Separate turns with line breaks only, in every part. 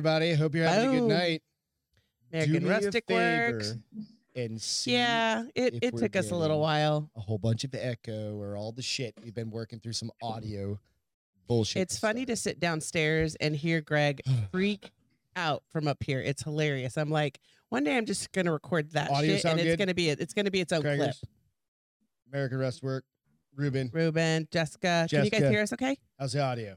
everybody. Hope you're having a good
Boom.
night. Do
American
me a
Rustic
favor
Works.
And see
Yeah, it,
if
it
we're
took us a
getting-
little while.
a whole bunch of echo or all the shit. We've been working through some audio bullshit.
It's funny to sit downstairs and hear Greg freak out from up here. It's hilarious. I'm like, one day I'm just gonna record that
Audio
shit,
sound
and it's
good?
gonna be it's gonna be its own clip.
Craigers, American Rust Work. Ruben,
Ruben, Jessica, can you
Jessica.
guys hear us? Okay.
how's the audio?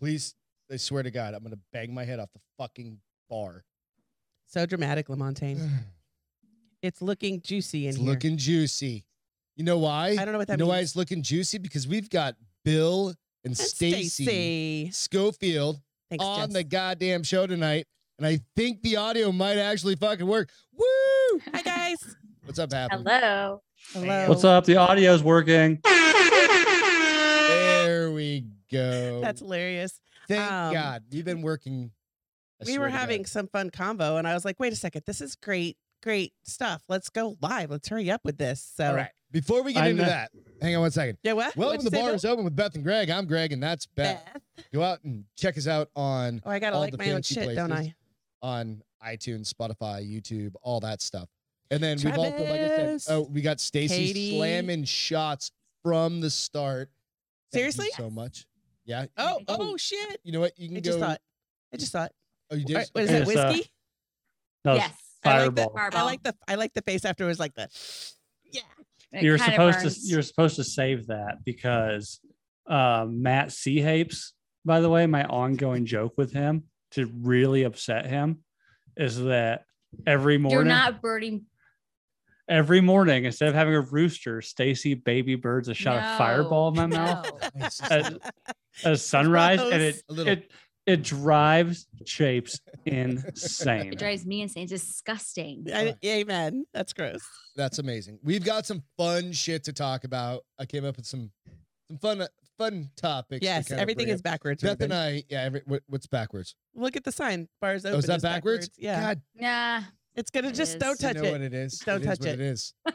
Please, I swear to God, I'm gonna bang my head off the fucking bar.
So dramatic, Lamontagne.
it's
It's looking juicy in here.
looking juicy. You know why?
I don't know what that
you know why
means.
it's looking juicy? Because we've got Bill and,
And
Stacy,
Stacy.
Schofield
Thanks,
on
Jess.
the goddamn show tonight. And I think the audio might actually fucking work. Woo!
Hi guys.
What's up,
Um,
Apple?
Hello.
Hello.
What's up? The audio's working.
There we go.
That's hilarious.
Thank
um,
God. You've been working. I
we
swear
were
to God.
having some fun convo, and I was like, wait a second, this is great, great stuff. Let's go live. Let's hurry up with this. So
All right. Before we get
I
into
know-
that, hang on one second.
yeah, what?
Welcome to
What'd
the
you say,
bar
Bill?
is open with Beth and Greg. I'm Greg, and that's Beth.
Beth.
Go out and check us out on
Oh, I gotta
all
like
the
my own
fancy
shit, don't
places.
I?
on iTunes, Spotify, YouTube, all that stuff. And then we've also, like I said,
Travis,
oh, we got Stacy
Katie.
slamming shots from the start. Thank you
Seriously?
so much. Yeah.
Oh, oh shit!
You know what? You can
I
go.
just thought. I just thought.
oh, you did.
All right, what is
Okay,
it?
so-
Whiskey?
No, it's
yes.
I like
fireball.
I like the I like the face after it was like the. Yeah.
It
you're
kind of
supposed to
burns.
you're supposed to save that because uh, Matt Seahapes, by the way, my ongoing joke with him to really upset him is that every
You're
morning
not birding.
every morning instead of having a rooster, Stacy baby birds a shot
No.
of fireball in my mouth
No.
Nice.
at, at sunrise and
Gross.
it
A little.
it it drives Chapes
It
insane.
drives me insane. It's disgusting.
I, amen. That's gross.
That's amazing. We've got some fun shit to talk about. I came up with some some fun fun topics. to
Yes,
kind of
everything
bring
is
up.
backwards.
Beth and
Ruben.
I. Yeah. Every, what, what's backwards?
Look at the sign. Bars open.
oh, is that
is
backwards?
Yeah.
God,
Nah.
It's gonna
It
just don't
is.
you
touch
know
it.
what it is.
Don't
is
touch
what
it.
It is.
Don't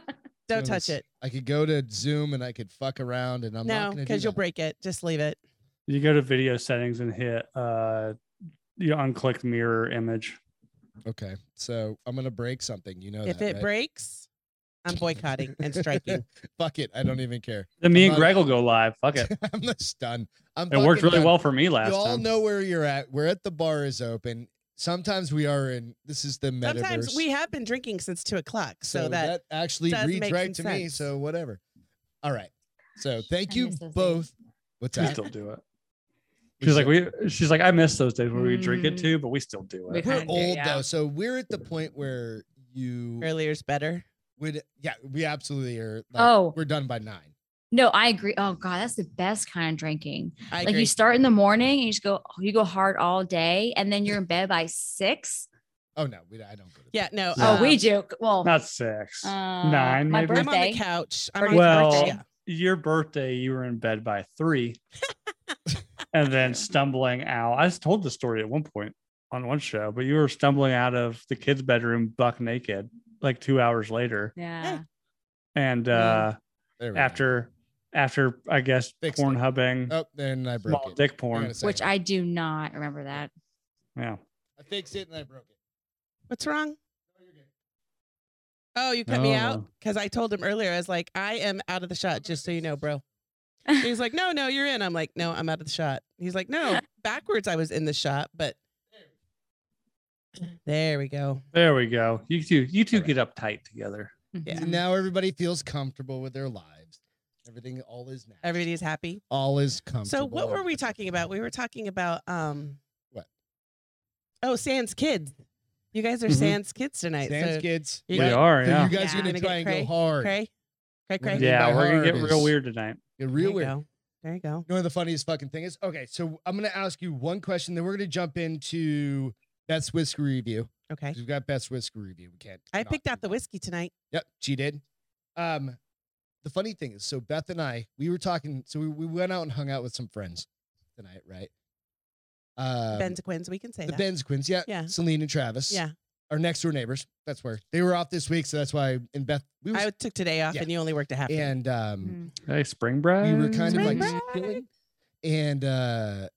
Goodness.
touch it.
I could go to Zoom and I could fuck around, and I'm not
No,
going to do
because you'll
that.
break it. Just leave it.
You go to video settings and hit uh you unclick mirror image.
Okay, so I'm going to break something. You know
If
that,
it
right?
breaks, I'm boycotting and striking.
fuck it. I don't even care.
Then me
I'm
and
not-
Greg will go live. Fuck it.
I'm just done. I'm
It worked
fucking
really
done.
well for me last
You all
time.
know where you're at. We're at the bar is open. Sometimes we are in. This is the metaverse.
Sometimes we have been drinking since two o'clock, so, that,
actually
does
reads
make
right to
some
me.
sense.
So whatever. All right. So thank
I
you
miss those
both.
days.
What's
we
that?
still do it.
We
She's like,
still-
we. She's like, I miss those days where we drink it
Mm.
too, but we still do
We
it.
we're
kinda do,
old
yeah.
though, so we're at the point where you
earlier's better.
would. Yeah, we absolutely are. Like,
Oh.
we're done by nine.
No, I agree. Oh God, that's the best kind of drinking.
I
like
agree.
you start in the morning and you just go, oh, you go hard all day, and then you're in bed by six.
Oh no, we, I don't go to.
yeah, no.
Yeah.
Oh, we
um,
joke. Well,
Not six.
uh,
nine,
My
maybe?
I'm on
birthday.
the couch. I'm on
Birthday.
the
Well-
couch. Yeah.
Your birthday, you were in bed by three, and then stumbling out. I just told the story at one point on one show, but you were stumbling out of the kids' bedroom buck naked, like two hours later,
yeah.
and
Mm.
Wow.
uh,
There we go.
after after I guess
Fixed it.
porn hubbing,
Oh, then I broke
small
it.
dick
Hang on
porn.
a second.
Which I do not remember that.
Yeah.
I fixed it and I broke it.
What's wrong?
No, you're good.
Oh, you cut me out
No.
because I told him earlier. I was like, I am out of the shot, just so you know, bro. He's like, no, no, you're in. I'm like, no, I'm out of the shot. He's like, no, backwards, I was in the shot, but there we go.
There we go. You two, you two
All right.
get uptight together.
Yeah.
Mm-hmm.
And now everybody feels comfortable with their lives. Everything all is now.
Everybody's happy.
all is comfortable.
So what were we talking about? We were talking about um
What?
Oh, Sans kids. You guys are
Mhm.
Sans kids tonight.
Mm-hmm. Sans
so
kids.
you
We
got-
Yeah.
are,
So
yeah.
you guys are
Yeah.
gonna
Gonna
try
get
and go
cray-
hard.
Cray, cray, cray.
Gonna
yeah,
by
we're gonna get
hard
real
is-
weird tonight.
Get
There
real
you
weird.
go. There you go.
You know what the funniest fucking thing is? Okay, so I'm gonna ask you one question, then we're gonna jump into Beth's whiskey review.
Okay.
'cause We've got Beth's whiskey review. We can't.
I
not
picked
do
out the
that.
whiskey tonight.
Yep, she did. Um, the funny thing is, so Beth and I, we were talking, so we, we went out and hung out with some friends tonight, right? Um,
Ben to Quinn's. We can say
the
that.
Ben's Quins, yeah,
Yeah.
Celine and Travis,
yeah.
our next door neighbors. That's where they were off this week, so that's why. And Beth, we were,
I took today off
Yeah.
and you only worked a half day.
and um,
Mm-hmm.
Hey, spring break.
we were kind of like
Spring break.
chilling, and uh,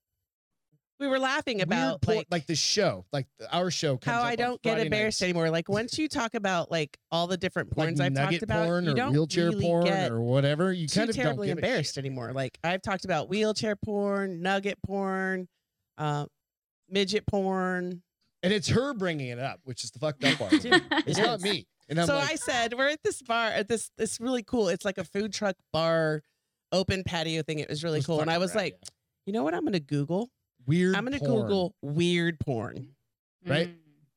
we were laughing
weird
about
por-
like,
like the show, like the- our show. Comes
how
up
I
on
don't get
Friday
embarrassed
nights.
anymore. Like once you talk about like all the different porns
like
I've
nugget
talked about,
porn
you
or
don't
wheelchair
really
porn
get
or whatever. You
too
kind of
terribly
don't give a shit.
embarrassed anymore. Like I've talked about wheelchair porn, nugget porn, uh, midget porn.
and it's her bringing it up, which is the fucked up part.
Dude,
it's
it
not
is.
me. And I'm
so
like,
I said, we're at this bar at this this really cool. It's like a food truck bar, open patio thing. It was really
"Let's
cool, and
fuck
I was
around,
like,
yeah."
you know what? I'm gonna Google.
weird.
I'm gonna
porn.
Google weird porn.
Right?
Mm.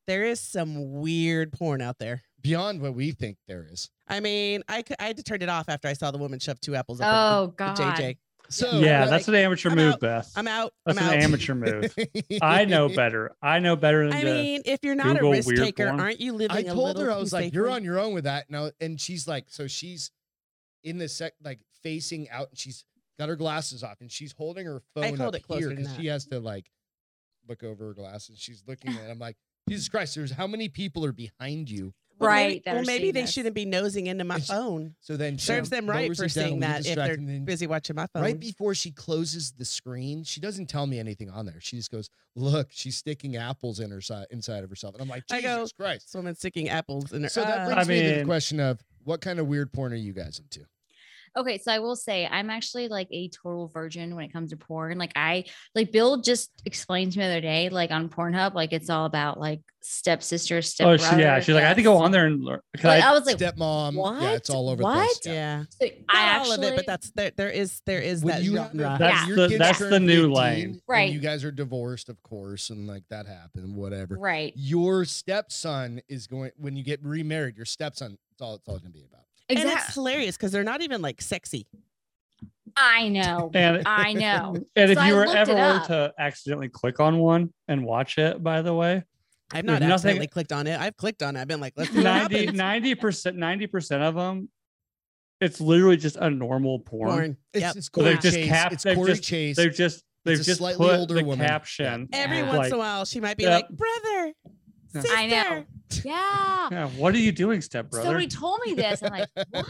There is some weird porn out there.
beyond what we think there is.
I mean, I cou- I had to turn it off after I saw the woman shove two apples up.
Oh
the-
God.
the JJ.
So
yeah,
like,
that's an amateur
I'm
move,
out.
Beth.
I'm out.
that's
I'm
an
out.
amateur move. I know better. I know better than
I
to-
mean, if you're not
Google
a risk
weird
taker,
porn.
aren't you living
I
a
told
little
her I was
too
like, "You're
safely?"
on your own with that." Now, and she's like, so she's in the sec, like facing out, and she's got her glasses off, and she's holding her phone up
hold it closer
here
than
because
that.
she has to like look over her glasses. She's looking at. It. I'm like, Jesus Christ! There's how many people are behind you?
Well, maybe-
Right, that
Well,
are
maybe
seeing
they
this.
shouldn't be nosing into my
It's-
phone.
So then she
Serves them right
lowers
for
it down,
seeing
we get
that if
distracted,
they're
and then
Busy watching my phone.
Right before she closes the screen, she doesn't tell me anything on there. She just goes, "Look, she's sticking apples in her si- inside of herself," and I'm like,
I
"Jesus
go,
Christ!"
This woman's sticking apples in her.
So that
Uh,
brings me to the
mean-
question of what kind of weird porn are you guys into?
Okay, so I will say I'm actually like a total virgin when it comes to porn. Like I like Bill just explained to me the other day, like on Pornhub, like it's all about like stepsister, step.
oh, she, yeah. She's like, I had to go on there and learn. 'cause I-
But I was like,
Stepmom, yeah, it's
what?
all over the
What?
place. Yeah.
yeah,
so I
Not
actually,
all of it, but that's there. There is there is
When
that
you have-
genre.
That's
your
the-
kids
that's
turn
the new
18,
lane.
and
Right.
You guys are divorced, of course, and like that happened, whatever.
right.
Your stepson is going when you get remarried. Your stepson, it's all it's all gonna be about.
And it's
Exactly.
hilarious because they're not even like sexy.
I know.
and
I know.
and if
oh, So I
you were
looked
ever
it
willing
up.
to accidentally click on one and watch it, by the way,
I've
There's
not
nothing-
accidentally clicked on it. I've clicked on it. I've been like, let's see what
90
happens.
90 percent ninety percent of them, it's literally just a normal porn.
Porn.
It's
Yep.
it's
Well,
Corey
they've just
Chase.
capped-
it's
they've
Corey
just-
Chase.
They've just they've
a
just
slightly
put
older
the
woman.
caption.
Every
Yeah.
once
Like-
in a while, she might be
Yep.
like, brother, sister.
I know. Yeah.
Yeah, what are you doing, step brother?
Somebody told me this. I'm like, what?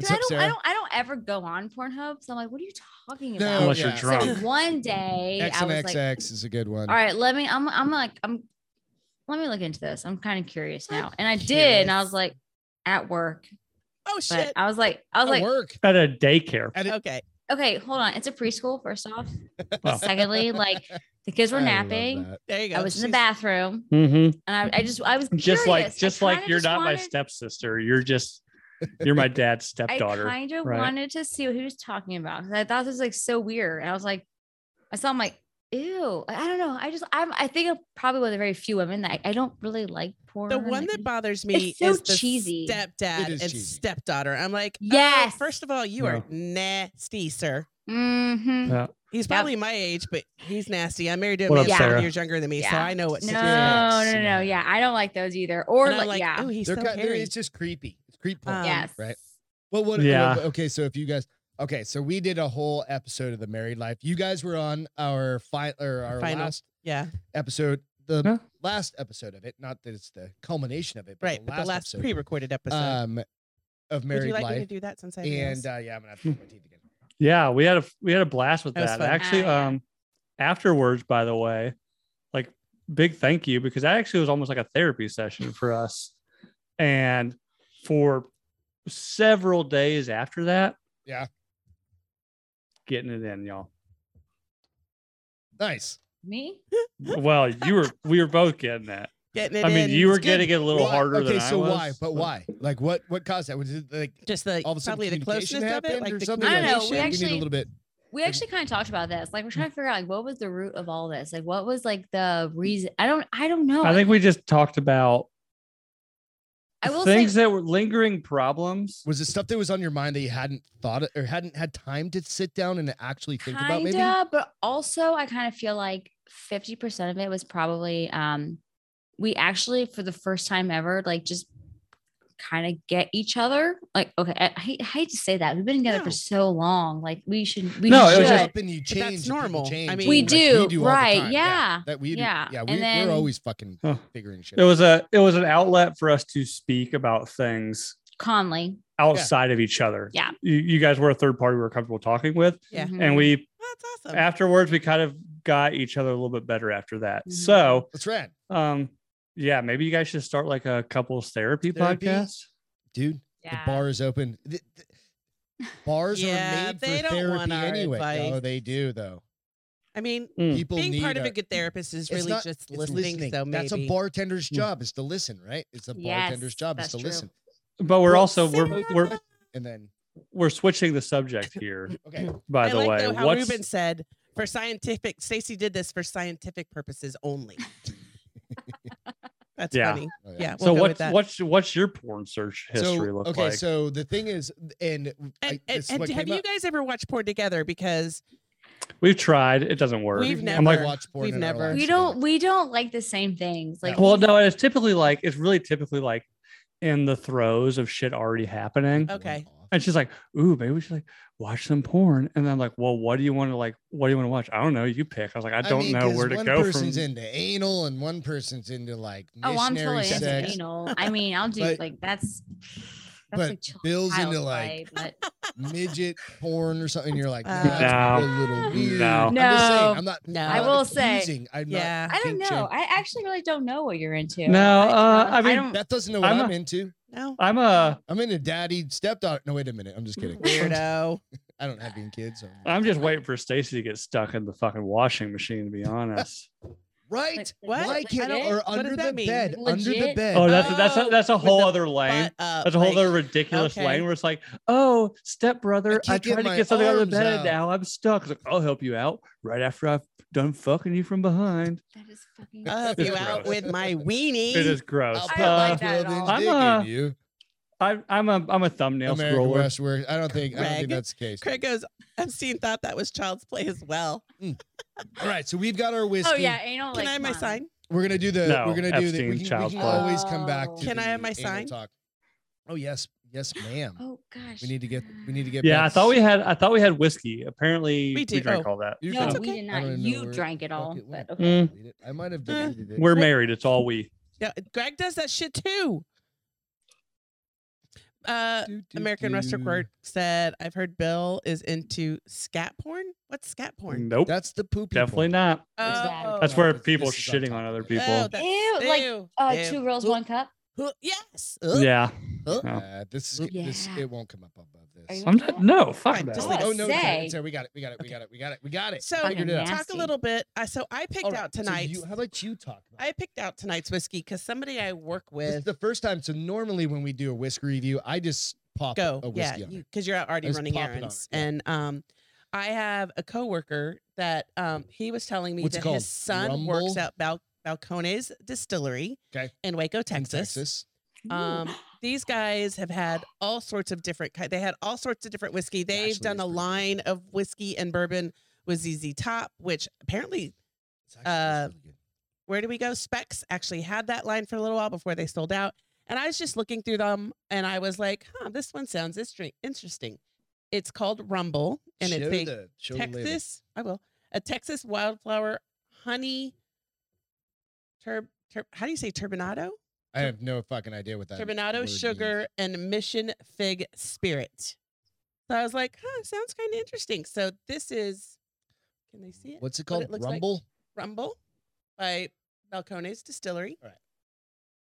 'Cause
What's
I
up,
don't,
Sarah?
I don't, I don't ever go on Pornhub. So I'm like, what are you talking
No,
about?
Unless
yeah.
you're drunk.
So one day I was like,
XNXX is a good one.
all right, let me, I'm, I'm like, I'm, let me look into this. I'm kind of curious now. And I did. And I was like, at work,
Oh
but
shit.
I was like, I was
At
like,
work.
At a daycare.
At a-
Okay.
okay, hold on. It's a preschool, first off.
Wow.
Secondly, like the kids were
I love
napping.
that.
There you go.
I was in the
She's-
bathroom
Mm-hmm.
and I, I just, I was
Just like
curious. I
just like
kinda
you're
just
not my
wanted-
stepsister. You're just you're my
I
dad's stepdaughter.
kind of
right?
wanted to see what he was talking about. 'cause I thought this was like so weird. And I was like, I saw him like, ew. I I don't know. I just, I'm, I think I'm probably one of the very few women that I, I don't really like porn.
The one
like,
that bothers me
so
is the
cheesy.
stepdad
It is
and
cheesy.
stepdaughter. I'm like, oh,
Yes.
first of all, you are nasty, sir.
Mhm.
Yeah.
He's
Yeah.
probably my age, but he's nasty. I'm married to a
What
man
up,
that's seven
Sarah?
years younger than me, so
Yeah.
I know what.
No,
to do.
no, no,
Yeah.
no. Yeah. I don't like those either. Or
And I'm
like, "Oh,
like,
yeah.
oh, he's
They're
so
kind- they're-
hairy.
it's just creepy. It's creep porn.
Um,
yes.
right. Well, what?
Yeah.
Yeah. okay, so if you guys, okay, so we did a whole episode of the married life. You guys were on our final or our
Final.
last
yeah,
episode, the
Yeah.
last episode of it. Not that it's the culmination of it, but
right.
The
but
last
the last
episode,
pre-recorded episode.
um, of
Would
married
you like me to
life.
do that since I
And uh, yeah, I'm gonna have to brush my teeth again.
Yeah, we had a we had a blast with
That was
that.
fun.
Actually,
Ah, yeah.
um, afterwards, by the way, like big thank you because that actually was almost like a therapy session for us. And for several days after that,
Yeah.
getting it in, y'all.
Nice.
Me?
Well, you were we were both getting that.
getting it
I
in,
mean, you were
it's good.
getting it a little
Why-
harder
Okay,
than I
so
was.
why? But why? Like, what? What caused that? Was it like
just the
all of a sudden
probably the
communication
closeness of
happened
it, like
or
the
something?
I don't know, we
Like,
communication.
we need a
actually-
little bit.
We actually kind of talked about this. Like, we're trying to figure out like what was the root of all this? Like, what was like the reason? I don't, I don't know.
I think we just talked about
I will
things
say,
that were lingering problems.
Was it stuff that was on your mind that you hadn't thought or hadn't had time to sit down and actually think about? Maybe.
Kinda, but also I kind of feel like 50% of it was probably um we actually for the first time ever like just kind of get each other. Like okay, I, I hate, I hate to say that. We've been together
No.
for so so long. Like we should we
No, it
should.
was just-
up and Oh, you
But that's
change. and people
normal. I
change,
mean-
and,
We
like,
do,
all the
right,
time,
yeah,
That we
yeah,
Yeah.
and
We
then-
we're always fucking
Huh.
figuring shit.
It
out.
was a it was an outlet for us to speak about things
Conley.
outside of each other.
Yeah.
You, you guys were a third party we were comfortable talking with.
Yeah.
Mhm.
And we
that's awesome.
Afterwards, we kind of got each other a little bit better after that.
Mm-hmm.
So,
That's rad,
um, yeah, maybe you guys should start like a couples therapy,
Therapy?
podcast.
dude.
Yeah.
The bar is open. Th- th- bars
Yeah,
are made
they
for
don't want
therapy
our
anyway.
advice.
No, they do though.
I mean,
Mm.
People
being
need
part of
our-
a good therapist is
It's
really
not-
just
it's
listening, So maybe
That's a bartender's
Mm.
job is to listen, right? It's a
Yes,
bartender's job is
that's
to
true.
listen.
But we're
Well,
also we're
similar-
we're
And then
we're switching the subject here.
okay,
By
I
the
like
way,
though how
what's
Ruben said for scientific. Stacy did this for scientific purposes only. That's
Yeah.
funny.
Oh,
Yeah. We'll
so
go with
what's
that.
what's what's your porn search history
so,
look
okay,
like?
so the thing is, and, I-
And, and,
this is
and
what
have
came
you
up.
guys ever watched porn together? Because
We've tried, it doesn't work.
We've
I'm like,
never-
watched porn
we've
in our
never-
lives
we
together.
don't we don't like the same things. Like
well, no, it's typically like it's really typically like in the throes of shit already happening.
One
Okay.
off.
And she's like, "Ooh, maybe we should like watch some porn." And then I'm like, "Well, what do you want to like? What do you want to watch?" I don't know. You pick. I was like, "I don't
mean,
know
'cause
where to
one
go from."
person's into anal and one person's into like
oh, I'm
missionary
totally into
sex.
anal. I mean, I'll do
But-
like that's that's
but
like child
Bill's into like
play, but
midget porn or something. You're like,
Uh,
nah, that's
No.
a little weird.
No.
I'm just
No.
saying, I'm not.
no,
I'm
I
not
will say-
accusing, I'm not-
Yeah.
I don't
kink
know.
shaming.
I actually really don't know what you're into.
No, uh,
don't-
I mean-
don't
that doesn't know what
I'm
I'm,
a-
into.
no
I'm uh, a.
I'm into daddy stepdaughter. No, wait a minute. I'm just kidding.
weirdo.
I don't have any kids. so-
I'm just waiting for Stacy to get stuck in the fucking washing machine. To be honest.
right.
What?
Why
Like,
can't
legit?
or
What
under
does that
the
mean?
bed? Under the
Legit?
bed.
oh, that's that's a,
Oh,
that's a
with
whole
the
other lane.
Butt up,
That's a whole
like,
other ridiculous
okay.
lane where it's like, oh, stepbrother,
I
I,
can't get
tried to
my
get something out of
arms
the bed.
out."
Now I'm stuck. It's like, I'll help you out right after I've done fucking you from behind.
That is fucking.
I'll help
It's
you out
gross.
with my weenie.
It is gross.
I'll
I
put
don't
my
Uh,
like that at all.
children's
I'm
dick
a-
in you.
I, I'm a I'm a thumbnail
American
scroller.
West works. I don't think I don't
Craig.
think that's the case.
Craig goes. Epstein thought that was child's play as well.
All right, so we've got our whiskey.
oh yeah, anal.
Can
like,
I have my
mom.
sign?
We're gonna do the.
No,
we're gonna do
Epstein,
the. We can, we
child
can
porn.
always come back. To
Can I
the
have my
anal
sign?
Talk. Oh yes, yes, ma'am.
Oh gosh. um,
We need to get. We need to get.
Yeah, I
back-
thought we had I thought we had whiskey. Apparently
We
we,
do.
drank
Oh.
all that.
You
No,
drank-
okay.
we did
I don't
not.
even know
You
where-
drank it all.
Fuck it
But
went.
okay.
Mm.
Delete it. I might have
Uh,
deleted it.
We're married. It's all we.
Yeah, Greg does that shit too. Uh,
Do, do,
American
do.
Rustic Work said, "I've heard Bill is into scat porn. What's scat porn?
Nope.
That's the poopy.
Definitely
porn.
not.
that?
Oh.
That's
No,
where
this-
people
this is on
shitting
top
on
of
other
it.
people.
Oh, that's-
Ew, like, Uh,
ew.
two girls,
Oop.
one cup.
Who- Yes. Ugh.
yeah.
Oh,
Oh.
uh, this is this.
Yeah.
It won't come up above
Are
this.
you-
I'm not no, fuck
Fine,
that.
just
like-
Oh no! it's there,
Say.
it's there. We got it. We got it. We got it. We got it. We got it.
So
Figured it out.
talk a
Nasty.
little bit. I so I picked
All right,
out
so
tonight's.
you- How about you talk? About
I picked out tonight's whiskey because somebody I work
This is
with.
the first time. So normally when we do a whiskey review, I just pop
go,
a
yeah,
whiskey on it.
because you, are already
Just
running
pop it on
errands.
it, yeah.
And um, I have a coworker that um he was telling me
What's it
that
called?
his son
Rumble?
works at Bal- Balcones Distillery
Okay.
in Waco,
In
Texas.
Texas.
Mm.
Um, these guys have had all sorts of different. ki- They had all sorts of different whiskey. They've
actually
done
is
a
pretty good.
line of whiskey and bourbon with ZZ Top, which apparently,
It's actually-
uh,
it's really good.
where do we go? Specs actually had that line for a little while before they sold out. And I was just looking through them, and I was like, "Huh, this one sounds istre- interesting." It's called Rumble, and
Show
it's a
the- show the label.
Texas. I will a Texas wildflower honey. Turb, turb, how do you say turbinado?
I have no fucking idea what that. word
turbinado
means.
sugar and mission fig spirit so i was like huh sounds kind of interesting so this is can they see it
What's it
what it
called?
looks like.
Rumble.
rumble by balcones distillery You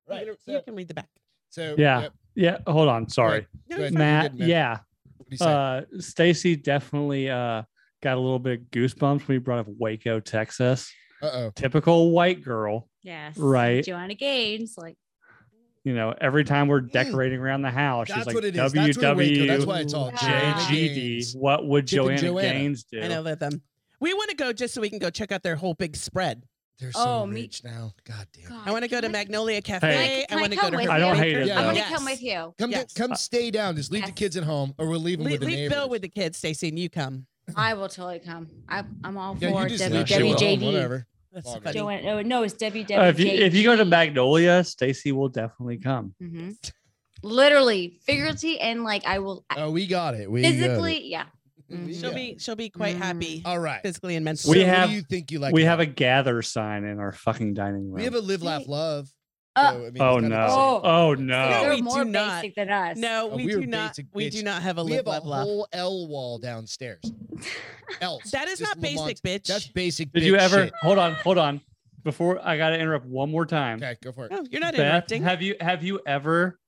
Right.
can- you,
So,
can read the back
so
Yeah.
yep,
Yeah, hold on. Sorry.
no,
Go ahead.
it's fine.
Matt,
Good, Matt.
yeah.
what do you say?
Uh Stacy definitely uh got a little bit of goosebumps when you brought up Waco, Texas.
Uh-oh.
Typical white girl.
Yes.
Right.
Joanna Gaines, like
You know, every time we're decorating around the house, she's
Mm. That's
like
what it is. That's what Waco. That's
WWJGD.
why it's all
Joanna
JGD.
What would
Chip and
Joanna,
Joanna.
Gaines do?
i know that them we want to go just so we can go check out their whole big spread
They're so
Oh, me-
rich now. God damn.
God,
i want to go to
can I-
magnolia cafe
Hey.
Can
i want to go
come
to
with
her
I don't
you?
hate it,
Yeah.
I'm gonna
though.
come with you.
Come,
Yes.
get,
Uh,
come, stay down. Just leave the
Yes.
kids at home, or we'll leave them
leave,
with the
leave bill
neighbors.
with the kids stacy and you come
I will totally come. I, I'm all
yeah,
for
you just leave
She
them
will.
at home,
WWJD.
whatever.
that's
Bogger.
funny
Joanna, no, oh, no, it's WWJD.
Uh, if you if you go to Magnolia, Stacy will definitely come.
Mhm. literally, figuratively, and like I will I-
Oh, we got it. We got it.
physically, yeah.
We
she'll
got
be
it.
she'll be quite
Mm.
happy
All right.
physically and
So
mentally
We
what
have-
do you think you like?
we have
about
a
it?
gather sign in our fucking dining room.
We have a live, laugh,
Hey.
love.
Uh,
I mean, it's
Oh
not
no.
the same.
No,
Oh no.
They're
we
more
do not.
basic than us.
No,
Oh,
we
we were
do not.
basic
We
bitch.
do not have a
We
live
have a
laugh laugh.
whole L wall downstairs. Else.
That is
just
not basic,
Lamont's-
bitch.
That's basic.
Did you
bitch
ever
shit.
hold on, hold on. Before I gotta interrupt one more time.
Okay, go for it.
no, you're not
Beth,
interrupting.
have you have you ever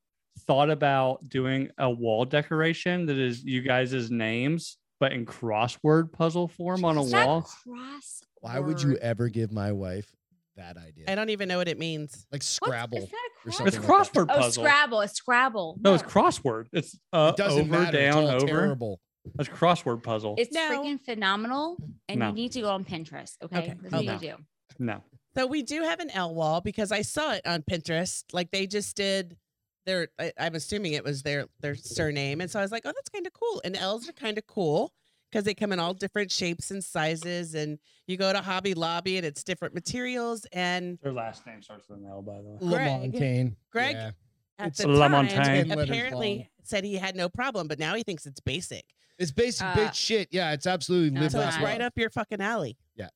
thought about doing a wall decoration that is you guys' names but in crossword puzzle form on a
It's not
wall?
cross
Why would you
word.
ever give my wife that idea?
I don't even know what it means.
like
What's-
Scrabble.
It's, not a
or
cross-
something
It's
like that.
crossword
Oh,
puzzle.
Scrabble. It's Scrabble.
No, it's crossword. It's uh,
It doesn't
over
matter.
down
it's all
over.
terrible.
That's crossword puzzle.
It's
No.
freaking phenomenal, and
No.
you need to go on Pinterest. Okay,
Okay,
that's
Oh,
what
okay.
you do.
no.
So we do have an L wall because I saw it on Pinterest. Like they just did their. I, I'm assuming it was their their surname, and so I was like, oh, that's kind of cool. And L's are kind of cool because they come in all different shapes and sizes. And you go to Hobby Lobby, and it's different materials. And
Their last name starts with an L, by the way.
Greg.
Lamontagne.
Greg.
Yeah.
at
It's
the time,
Lamontagne.
Ten letters long.
apparently said he had no problem, but now he thinks it's basic.
It's basic
Uh,
bitch shit. Yeah, it's absolutely
uh,
live
So it's
laugh,
Wow.
right
love.
up your fucking alley.
Yeah.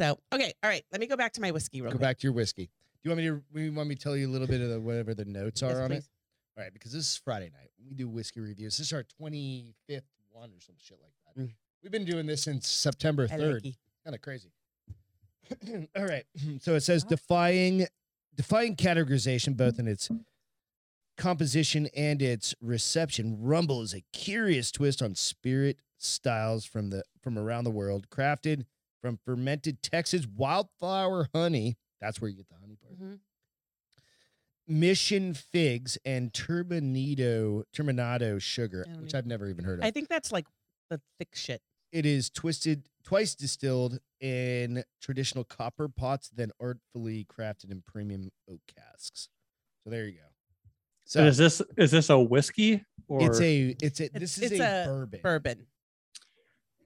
So okay, all right. Let me go back to my whiskey real
Go
quick.
back to your whiskey. Do you want me to? You want me to tell you a little bit of the, whatever the notes are
Yes,
on it?
please.
All right, because this is Friday night. We do whiskey reviews. This is our 25th one or some shit like that.
Mm.
We've been doing this since September
I
3rd.
like you.
kind of crazy. All right. So it says defying defying categorization both in its composition and its reception. Rumble is a curious twist on spirit styles from the from around the world, crafted from fermented Texas wildflower honey. That's where you get the honey part.
Mhm.
Mission figs and turbinado turbinado sugar,
I don't
which
even-
I've never even heard of
I think that's like the thick shit.
it is twisted twice distilled in traditional copper pots then artfully crafted in premium oak casks so there you go so
And is this is this a whiskey or
it's a it's a this
It's-
is
it's
a,
a
bourbon
Bourbon.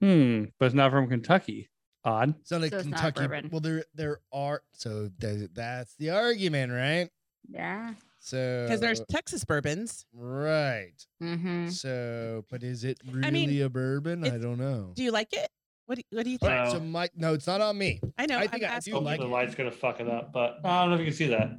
hmm, but it's not from Kentucky. Odd.
it's not a
So it's not
kentucky
bourbon.
well there there are so th- that's the argument right
Yeah.
so
Because there's Texas bourbons.
right
Mm-hmm.
Uh,
so but is it really
I mean,
a bourbon i
it's-
don't know
Do you like it? What do, what do you
All
think?
right,
No.
so my no it's not on me
I know.
I
I
think
am
I do
asking.
You like
the
it?
light's gonna fuck it up, but I don't know if you can see that.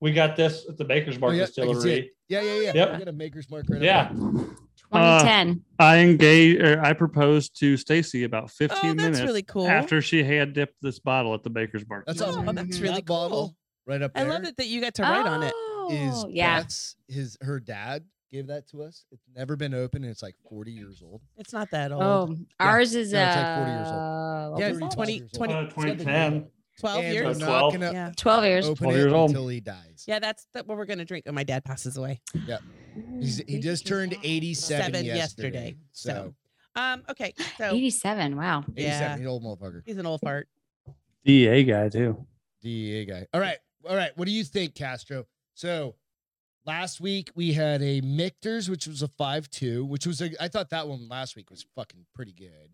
We got this at the Baker's Mark
Oh, yeah, I can see
Distillery.
it. yeah yeah yeah
Yep.
i got a maker's mark right up
Yeah.
there.
2010.
I engaged or I proposed to Stacy about 15
oh, that's
minutes
really cool.
after she had dipped this bottle at the Baker's Mark.
That's
oh,
awesome.
that's
Mhm.
really
that bottle
cool.
right up
I
there.
love it that you got to write on it.
is
Oh, yeah.
Beth's his her dad gave that to us. It's never been open and it's like 40 years old.
It's not that old.
Oh, ours is
No, it's like 40 years old.
uh, what
Yeah,
was
it's
it?
20
years old.
20
Uh, 2010.
2010.
12
And
years.
we're not
12.
gonna
Yeah.
12 years.
open
12
it
years old.
until he dies.
Yeah, that's the, what we're going to drink when my dad passes away.
He's, he just turned 87
Seven
yesterday.
yesterday,
So,
Um, okay. So
87. Wow.
87, he's an old motherfucker.
he's an old fart.
DEA guy too.
DEA E guy. All right. All right. What do you think, Castro? So last week we had a Michter's, which was a 5 2, which was a, I thought that one last week was fucking pretty good.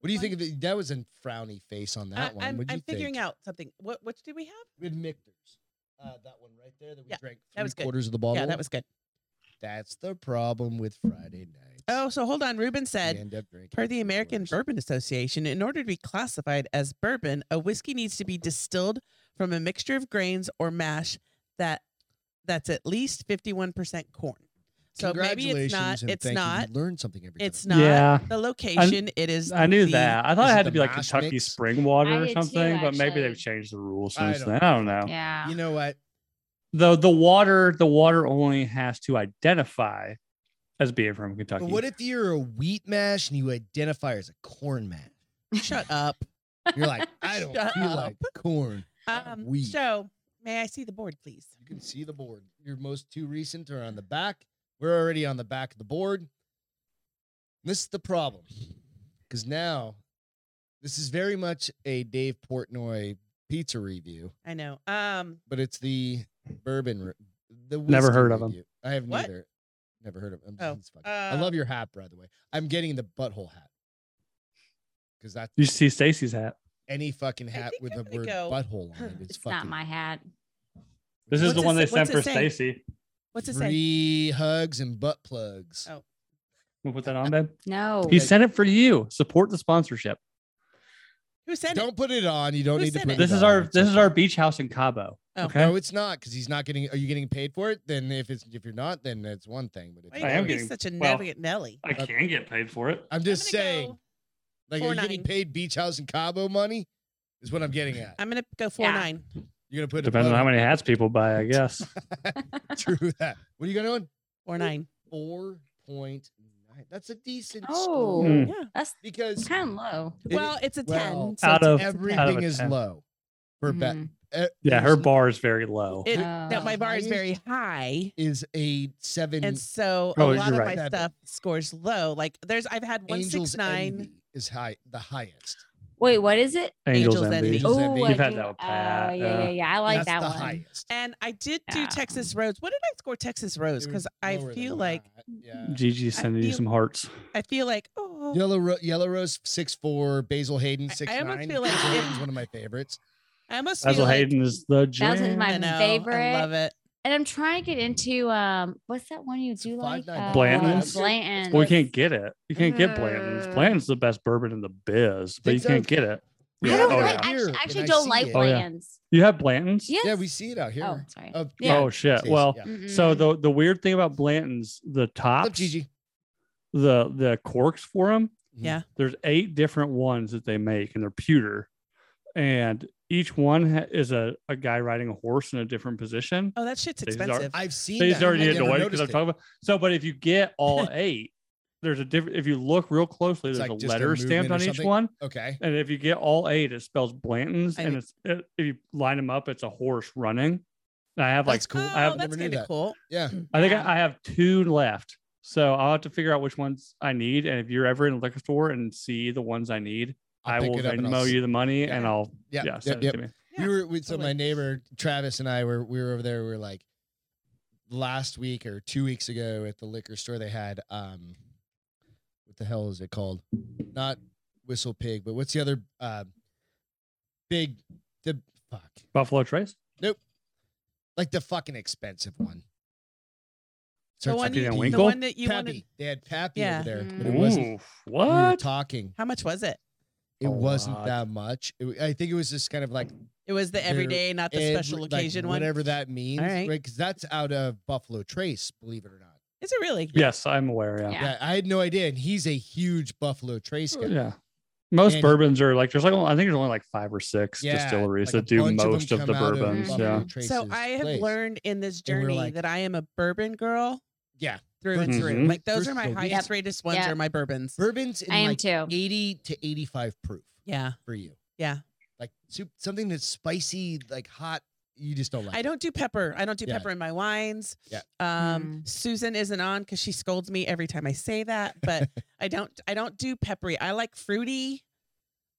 What do you think of it? That was a frowny face on that
I,
one.
I'm,
What'd you
I'm
think?
figuring out something. What which did we have?
We had Michter's. Uh, that one right there that we
Yeah,
drank
that was
three
good.
quarters of the bottle.
Yeah, that was good.
That's the problem with Friday nights.
Oh, so hold on. Ruben
We
said,
end up drinking
per the
three
American
quarters.
Bourbon Association, in order to be classified as bourbon, a whiskey needs to be distilled from a mixture of grains or mash that that's at least 51% corn. So maybe
Congratulations
it's not.
and
It's
thank you. You
not.
learn something every
It's
time.
not
Yeah.
the location. it is.
I knew
the-
that. I thought
Is
it
it
had
the
to be like
mash
Kentucky
mix?
spring water
I
or
did too,
something, but maybe
actually.
they've changed the rules
I
since
don't
then. I don't know.
Yeah.
You know what?
The the water the water only has to identify as being from Kentucky.
But what if you're a wheat mash and you identify as a corn mash?
Shut up.
You're like, I don't
Shut
feel
up.
like corn.
Um,
We-
so may I see the board, please?
You can see the board. Your most two recent are on the back. We're already on the back of the board. This is the problem. Because now this is very much a Dave Portnoy pizza review,
I know. Um,
but it's the bourbon. Re- the
Never
whiskey
heard of 'em.
review. I have
What?
neither. Never heard of him.
Oh,
I love your hat, by the way. I'm getting the butthole hat. Because that's
you see Stacy's hat?
any fucking
I
hat
think
with
I'm
the
gonna
word
go-
butthole on it. It's,
It's
fucking
not my hat.
This is
What's
the
it
one they
say- what's
sent for
it say?
Stacy.
what's it say?
Free hugs and butt plugs.
Oh.
We'll put that on, babe.
No.
He sent it for you. Support the sponsorship.
Who sent it?
Don't put it on. You don't
Who
need to
said
put
it?
it.
This is
on.
our
It's
this is
okay.
our beach house in Cabo.
Oh.
Okay.
No, it's not because he's not getting. Are you getting paid for it? Then if it's if you're not, then that's one thing. But
Wait,
it's
I am
he's
getting-
such a
well,
navigant Nelly.
I can get paid for it.
I'm
I'm
just
gonna
saying,
go-
like, are you getting
4.9.
paid beach house and Cabo money? Is what I'm getting at.
I'm gonna go four nine.
You're gonna put a
Depends on
button-
how many hats people buy, I guess.
True that. What are you gonna win?
Four nine.
Four point nine. That's a decent
Oh.
score
Mm.
Yeah.
That's
because
kind of low.
It-
Well, it's a ten.
well,
so
Out
it's-
of- out of
everything
a
is
10.
low for bet.
Mm.
Uh,
Yeah, her
there's-
bar is very low.
it,
Oh,
Uh,
that my bar is very high.
is a seven.
And so
Oh,
a
you're
lot of
right.
my stuff scores low. Like there's I've had one
Angels
six nine.
Envy is high, the highest.
Wait, what is it?
Angels,
Angels
Envy.
Envy.
Angels
Oh,
Envy.
I
You've had
do-
that with
oh,
Pat,
yeah, yeah,
uh,
yeah. I like
That's
that
the
one.
highest.
And I did do
Yeah.
Texas Roads. What did I score Texas Roads?
It
Because
was
I
lower than
feel like
that, yeah.
Gigi's
Oh, I
sending you
feel-
some hearts.
I feel like oh
Yellow Ro- Yellow Rose six four, Basil Hayden
I- I
six
almost
nine.
feel like
Basil
if-
Hayden's one of my favorites.
I almost feel
Basil
like,
Hayden is the
That was
jam.
my
I know,
favorite.
I love it.
And I'm trying to get into um, what's that one you do like? Uh,
5.99.
Blanton's?
Blanton's.
Well, we can't get it. You can't get Blanton's.
Uh,
Blanton's the best bourbon in the biz, but
Think
you can't
so?
get it.
I don't
oh,
like,
yeah.
Here,
actually, I actually
and I
don't
see
like
it.
Oh, yeah.
Blanton's.
You have Blanton's?
Yes.
Yeah, we see it out here.
Oh, sorry.
Of-
Yeah.
Oh shit.
Stacy,
Well,
yeah. Mm-hmm.
so
Mm-mm.
the the weird thing about Blanton's, the
What's up,
tops,
Gigi. Mm-hmm.
the the corks for them,
Yeah.
there's eight different ones that they make, and they're pewter, and each one ha- is a a guy riding a horse in a different position.
Oh, that shit's
These are-
expensive.
I've seen.
These
that.
already
I
did the
never
white because
noticed
I'm
it.
talking about. So, but if you get all eight, there's a different. If you look real closely,
It's
there's
like
a
just a
letter
movement
stamped
or
on each
something.
one,
Okay.
and if you get all eight, it spells Blanton's,
I
and
think-
it's it, if you line them up, it's a horse running. And I have like
That's cool.
Oh,
I have
that's
never knew
kind of
that.
cool.
Yeah.
I think
Wow.
I I have two left. So I'll have to figure out which ones I need. And if you're ever in a liquor store and see the ones I need,
I'll
I
pick
will
it up and I'll
Venmo
s-
you the money and
Yeah.
I'll
Yeah.
yeah,
Yep,
send
yep.
it to me.
Yeah,
we were with so
totally.
my neighbor Travis and I were we were over there. We were like last week or two weeks ago at the liquor store. They had um, what the hell is it called? Not Whistle Pig, but what's the other uh, big the fuck
Buffalo Trace.
like the fucking expensive one.
The
Starts
one,
with a
you,
Peter and
P.
the
Winkle?
one that you
Pappy.
wanted.
They had Pappy
Yeah.
over there, but it
Mm.
wasn't.
Ooh,
We were
what?
talking.
How much was it?
It
A
wasn't
lot.
that much. It, w- I think it was just kind of like
It was the
They're
everyday, not the
every-
special
like,
occasion one.
whatever that means,
right.
Because that's out of Buffalo Trace, believe it or not.
Is it really?
Yes, I'm aware. Yeah.
Yeah.
Yeah, I had no idea, and he's a huge Buffalo Trace guy.
Yeah. Most
And-
bourbons are like, there's like, I think there's only like five or six
Yeah,
distilleries
like a
that do
bunch of 'em
most of,
come
the
out of
bourbons.
Buffalo
yeah.
Trace's
So I have
place.
learned in this
And we're
journey
like-
that I am a bourbon girl
Yeah,
through and
Mhm.
through. Like those
First
are
of
my
all, we-
highest rated ones
Mm-hmm. Yep.
are my bourbons.
bourbons in
I am
like
too.
eighty to eighty-five proof
Yeah,
for you.
yeah.
Like soup, something that's spicy, like hot. You just don't like.
I
it.
don't do pepper. I don't do
Yeah.
pepper in my wines.
Yeah.
Hmm.
Um, Susan isn't on because she scolds me every time I say that. But I don't. I don't do peppery. I like fruity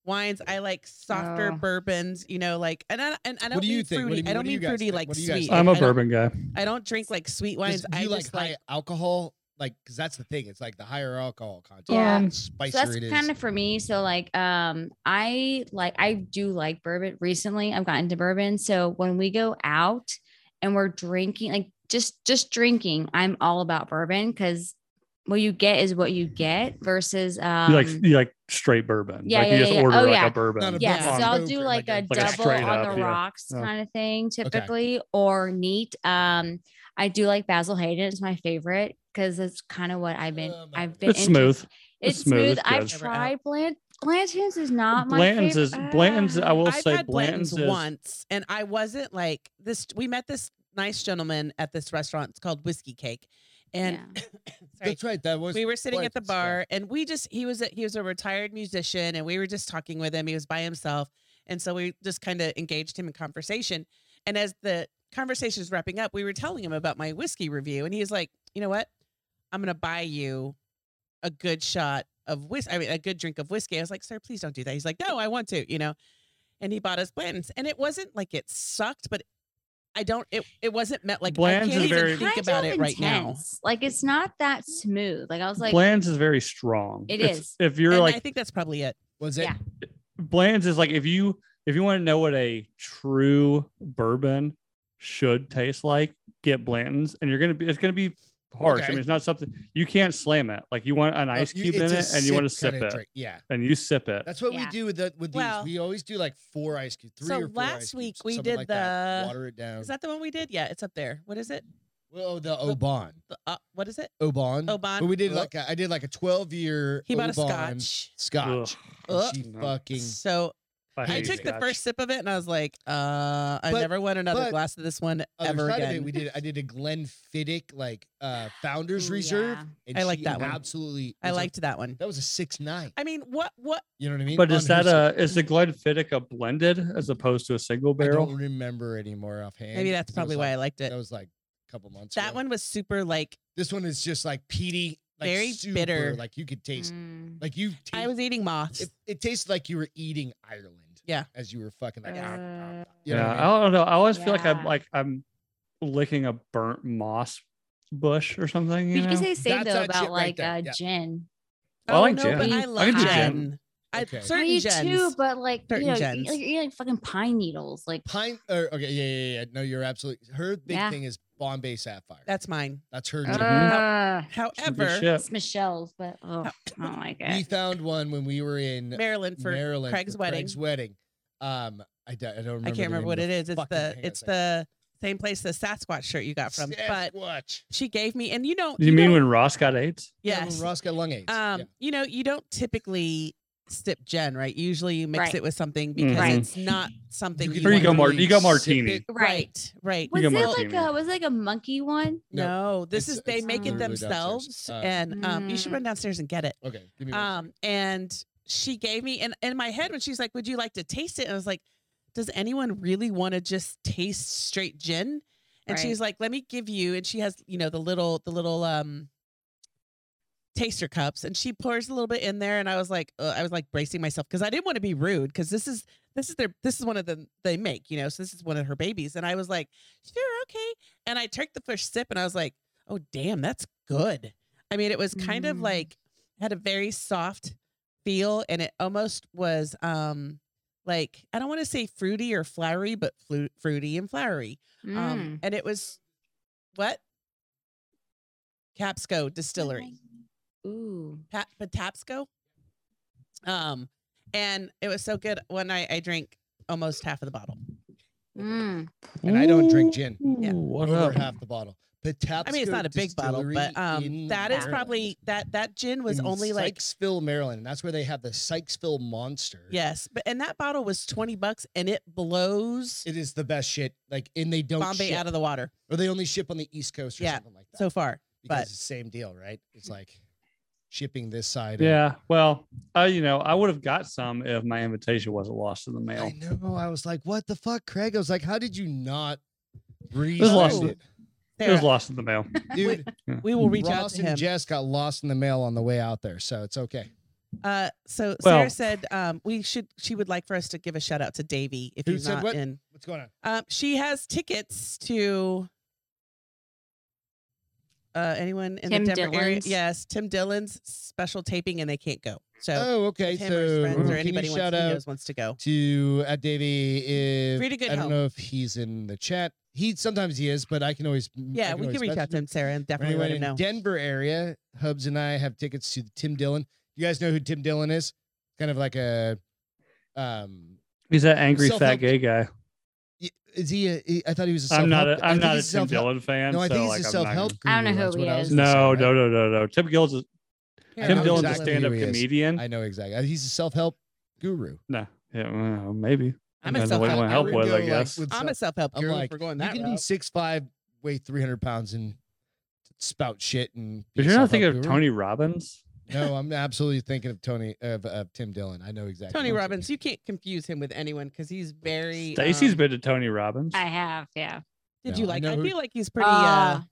wines. I like softer
Oh.
bourbons. You know, like and I and I don't
do you
mean
think? What
fruity.
do you-
I
what
don't
do you
mean
guys
fruity
think?
like
What do you guys
sweet.
think?
I'm a
I don't-
bourbon guy.
I don't drink like sweet wines.
Just- Do
I
you like
just
high
like
alcohol? Like, cause that's the thing. It's like the higher alcohol content,
Yeah.
the
Um,
spicier
So that's
it is.
kind of for me. So like, um, I like I do like bourbon. Recently, I've gotten to bourbon. So when we go out and we're drinking, like just just drinking, I'm all about bourbon because what you get is what you get versus um.
You like, you like straight bourbon.
Yeah,
like you
yeah,
just
yeah.
order
Oh,
like
yeah.
a bourbon.
Not a
Yes,
Yeah.
so
on
I'll
Coke
do
or
like a
like a-
Like a
double
straight
on
up,
the
yeah.
rocks
Yeah.
kind of thing, typically, or neat. Um, I do like Basil Hayden; it's my favorite because it's kind of what I've been.
Um,
I've been.
It's
into-
smooth.
It's,
It's smooth,
smooth.
it's
I've
good.
Never out.
tried Blant. Blanton's is not my
Blanton's
favorite.
is, Blanton's, I will
I've
say
had Blanton's,
Blanton's is,
once, and I wasn't like this. We met this nice gentleman at this restaurant. It's called Whiskey Cake, and sorry,
That's right. That was
we were sitting at the
Blanton's, yeah.
bar, and we just he was a, he was a retired musician, and we were just talking with him. He was by himself, and so we just kind of engaged him in conversation. And as the conversation was wrapping up, we were telling him about my whiskey review, and he was like, "You know what? I'm gonna buy you a good shot of whiskey. I mean, a good drink of whiskey." I was like, "Sir, please don't do that." He's like, "No, I want to," you know. And he bought us Blanton's, and it wasn't like it sucked, but I don't. It it wasn't meant like I
Blanton's
can't
is
even
very-
think about it right now.
Like it's not that smooth. Like I was like,
Bland's is very strong.
It
It's-
is.
If you're
and
like
I think that's probably it.
Was it?
Yeah.
Bland's is like if you if you want to know what a true bourbon should taste like, get Blanton's, and you're gonna be it's gonna be harsh. I
Okay. Oh,
mean, it's not something you can't slam it. Like you want an ice
You-
cube in
it's a
it, and you want to
sip
sip
kinda
it,
drink. Yeah.
and you sip it.
That's what we
Yeah.
do with the with these.
Well-
we always do like four ice cubes, three
So
or four.
last
ice
week
cubes,
we
something
did
like that.
the-
water it down.
Is that the one we did? Yeah, it's up there. What is it?
well, oh, the Oban,
The, uh, what is it?
Oban,
Oban.
Mm, But we did
Ugh.
like a, I did like a twelve year.
He bought a
Oban
scotch.
Scotch. and
Ugh.
she
Oh, No.
fucking.
So I
hate
took the
scotch.
first sip of it and I was like, uh, I
But-
never want another
but
glass of this one
Other
ever
side of
again.
it, we did. I did a Glenfiddich like uh Founders
Ooh,
Reserve.
yeah.
And
I like
she
that one.
Absolutely,
I
was a-
liked that one.
that was a six nine.
I mean, what what
You know what I mean?
But
On
is that
Hussar.
a is the Glenfiddich a blended as opposed to a single
I
barrel?
don't remember anymore offhand.
maybe that's
'cause that was,
probably why I
like,
liked
That
it.
was like a couple months.
That
ago.
one was super like
This one is just like peaty, like
Very
super,
bitter.
Like you
Hmm.
could taste,
Mm.
like you.
I
taste-
was eating moths.
It, it tasted like you were eating Ireland.
Yeah.
As you were fucking like.
Yeah.
"Ah, ah, ah," you
Yeah,
know what I
I,
mean?
don't know. I always feel like I'm
Yeah.
like I'm licking a burnt moss bush or something.
But You
You
can
know?
say the same
That's
though
that shit
about
right
like
there,
uh,
yeah.
gin.
I like
Oh, no,
gin.
But
I
I
can
love
do
gin.
gin.
I,
Okay.
I
Certain
mean,
gens.
too, but like you
Certain
know,
gens.
you, you like fucking pine needles. Like
Pine. Or, okay. Yeah, yeah. Yeah. No, you're absolutely. Her big
Yeah.
thing is Bombay Sapphire.
That's mine.
That's her.
Mhm.
jam.
uh,
Some good
However,
shit.
it's Michelle's, but oh, I don't like
we
it.
found one when we were in
Maryland for
Maryland
Craig's
for
wedding.
Craig's wedding. Um, I, d- I don't remember.
I can't remember what it is. It's
fucking
the
thing I
it's
think.
the same place the Sasquatch shirt you got from. But
watch.
she gave me, and you know,
You mean
don't-
when Ross got AIDS?
Yeah,
yes,
when Ross got lung aids. yeah.
um, you know, you don't typically sip gin, right? Usually, you mix
Right.
it with something because
Right.
it's not something.
could
You
Or Mm-hmm. you
want
go,
to
Mar-
eat.
you go
sip
martini.
it.
Right.
Right, right.
Was
You
it
got
like
martini.
a was it like a monkey one?
No, this
it's-
is they
it's
make it
literally
downstairs.
themselves,
Uh,
and um, you
Mm.
should run downstairs and get it.
Okay. Give me one.
Um, and she gave me, and in my head when she's like, "Would you like to taste it?" And I was like, "Does anyone really want to just taste straight gin?" And
Right.
she's like, "Let me give you." And she has, you know, the little, the little um, taster cups, and she pours a little bit in there. And I was like, uh, I was like bracing myself because I didn't want to be rude because this is this is their this is one of them they make, you know. So this is one of her babies, and I was like, "Sure, okay." And I took the first sip, and I was like, "Oh, damn, that's good." I mean, it was kind of
Mm.
like had a very soft feel and it almost was um like I don't want to say fruity or flowery, but flu- fruity and flowery. Um,
Mm.
and it was what Capsco Distillery,
Ooh.
pa- Patapsco. Um, and it was so good. One night I drank almost half of the bottle.
Mm.
And I don't drink gin.
Yeah.
Ooh, What
over
up?
half the bottle. Patapsco
I mean, it's not a big bottle, but um, that is probably that that gin was only like
Sykesville, Maryland. And that's where they have the Sykesville Monster.
yes, but and that bottle was twenty bucks, and it blows
it is the best shit. Like, and they don't
Bombay
ship,
out of the water
or they only ship on the East Coast or
Yeah,
something like that.
so far.
because
but- Mm.
it's the same deal, right? It's like shipping this side. of-
Yeah. Well, I you know I would have got some if my invitation wasn't lost in the mail.
I know. I was like, what the fuck, Craig? I was like, how did you not? Read
lost-
it,
It was
Sarah,
lost in the mail.
dude.
we will reach out
Ross
to
and
him.
Jess got lost in the mail on the way out there, so it's okay.
Uh, so
Well-
Sarah said um, we should. She would like for us to give a shout out to Davey if
Who
he's
said
not
what?
in.
What's going on?
Um, she has tickets to uh, anyone in
Tim
the Denver area.
Dillon's?
Yes, Tim Dillon's special taping, and they can't go. So
Oh, okay.
him
so
or his
can
friends or
you
anybody wants,
shout
he
out
knows wants to go.
to at Davy if
Free to good
I don't
help.
know if he's in the chat. He sometimes he is, but I can always mm, I
Yeah, we
always
can reach out
message
to him, Sarah, and definitely
Anyone
let him
in
know.
Denver area, Hubs and I have tickets to Tim Dillon. You guys know who Tim Dillon is? Kind of like a um
He's that angry fat
Self-help-
gay guy.
y- is he a, he- I thought he was a self
I'm not a I'm not a Tim Dillon fan.
No, I
so,
think he's
like,
a
I'm not gonna-
self-help
I don't know
guru,
who
that's
he
what I was
is.
gonna say,
No,
right?
no, no, no, no. Tim Gill's a,
Here,
Tim
know
I'll
Dillon's
tell
exactly
a
him.
who
stand-up
he is.
comedian.
I know exactly. Uh, He's a self-help guru.
no, yeah, well, maybe.
I'm
I
a
don't know
self
what you
help.
want help
Here we
with,
go,
I
like,
guess.
with
I'm
self-
a self help
I'm
guru.
like,
if we're going
You
that
can be
route.
six five, weigh three hundred pounds, and spout shit. And be
But
a
you're not
self-help
thinking of
guru.
Tony Robbins?
No, I'm absolutely thinking of Tony of, of Tim Dillon. I know exactly.
Tony
who it is.
Robbins, you can't confuse him with anyone because he's very.
Stacy's
um,
been to Tony Robbins.
I have, yeah.
Did
No,
you
I
like?
know
I,
who-
feel like he's pretty. Uh,
Uh,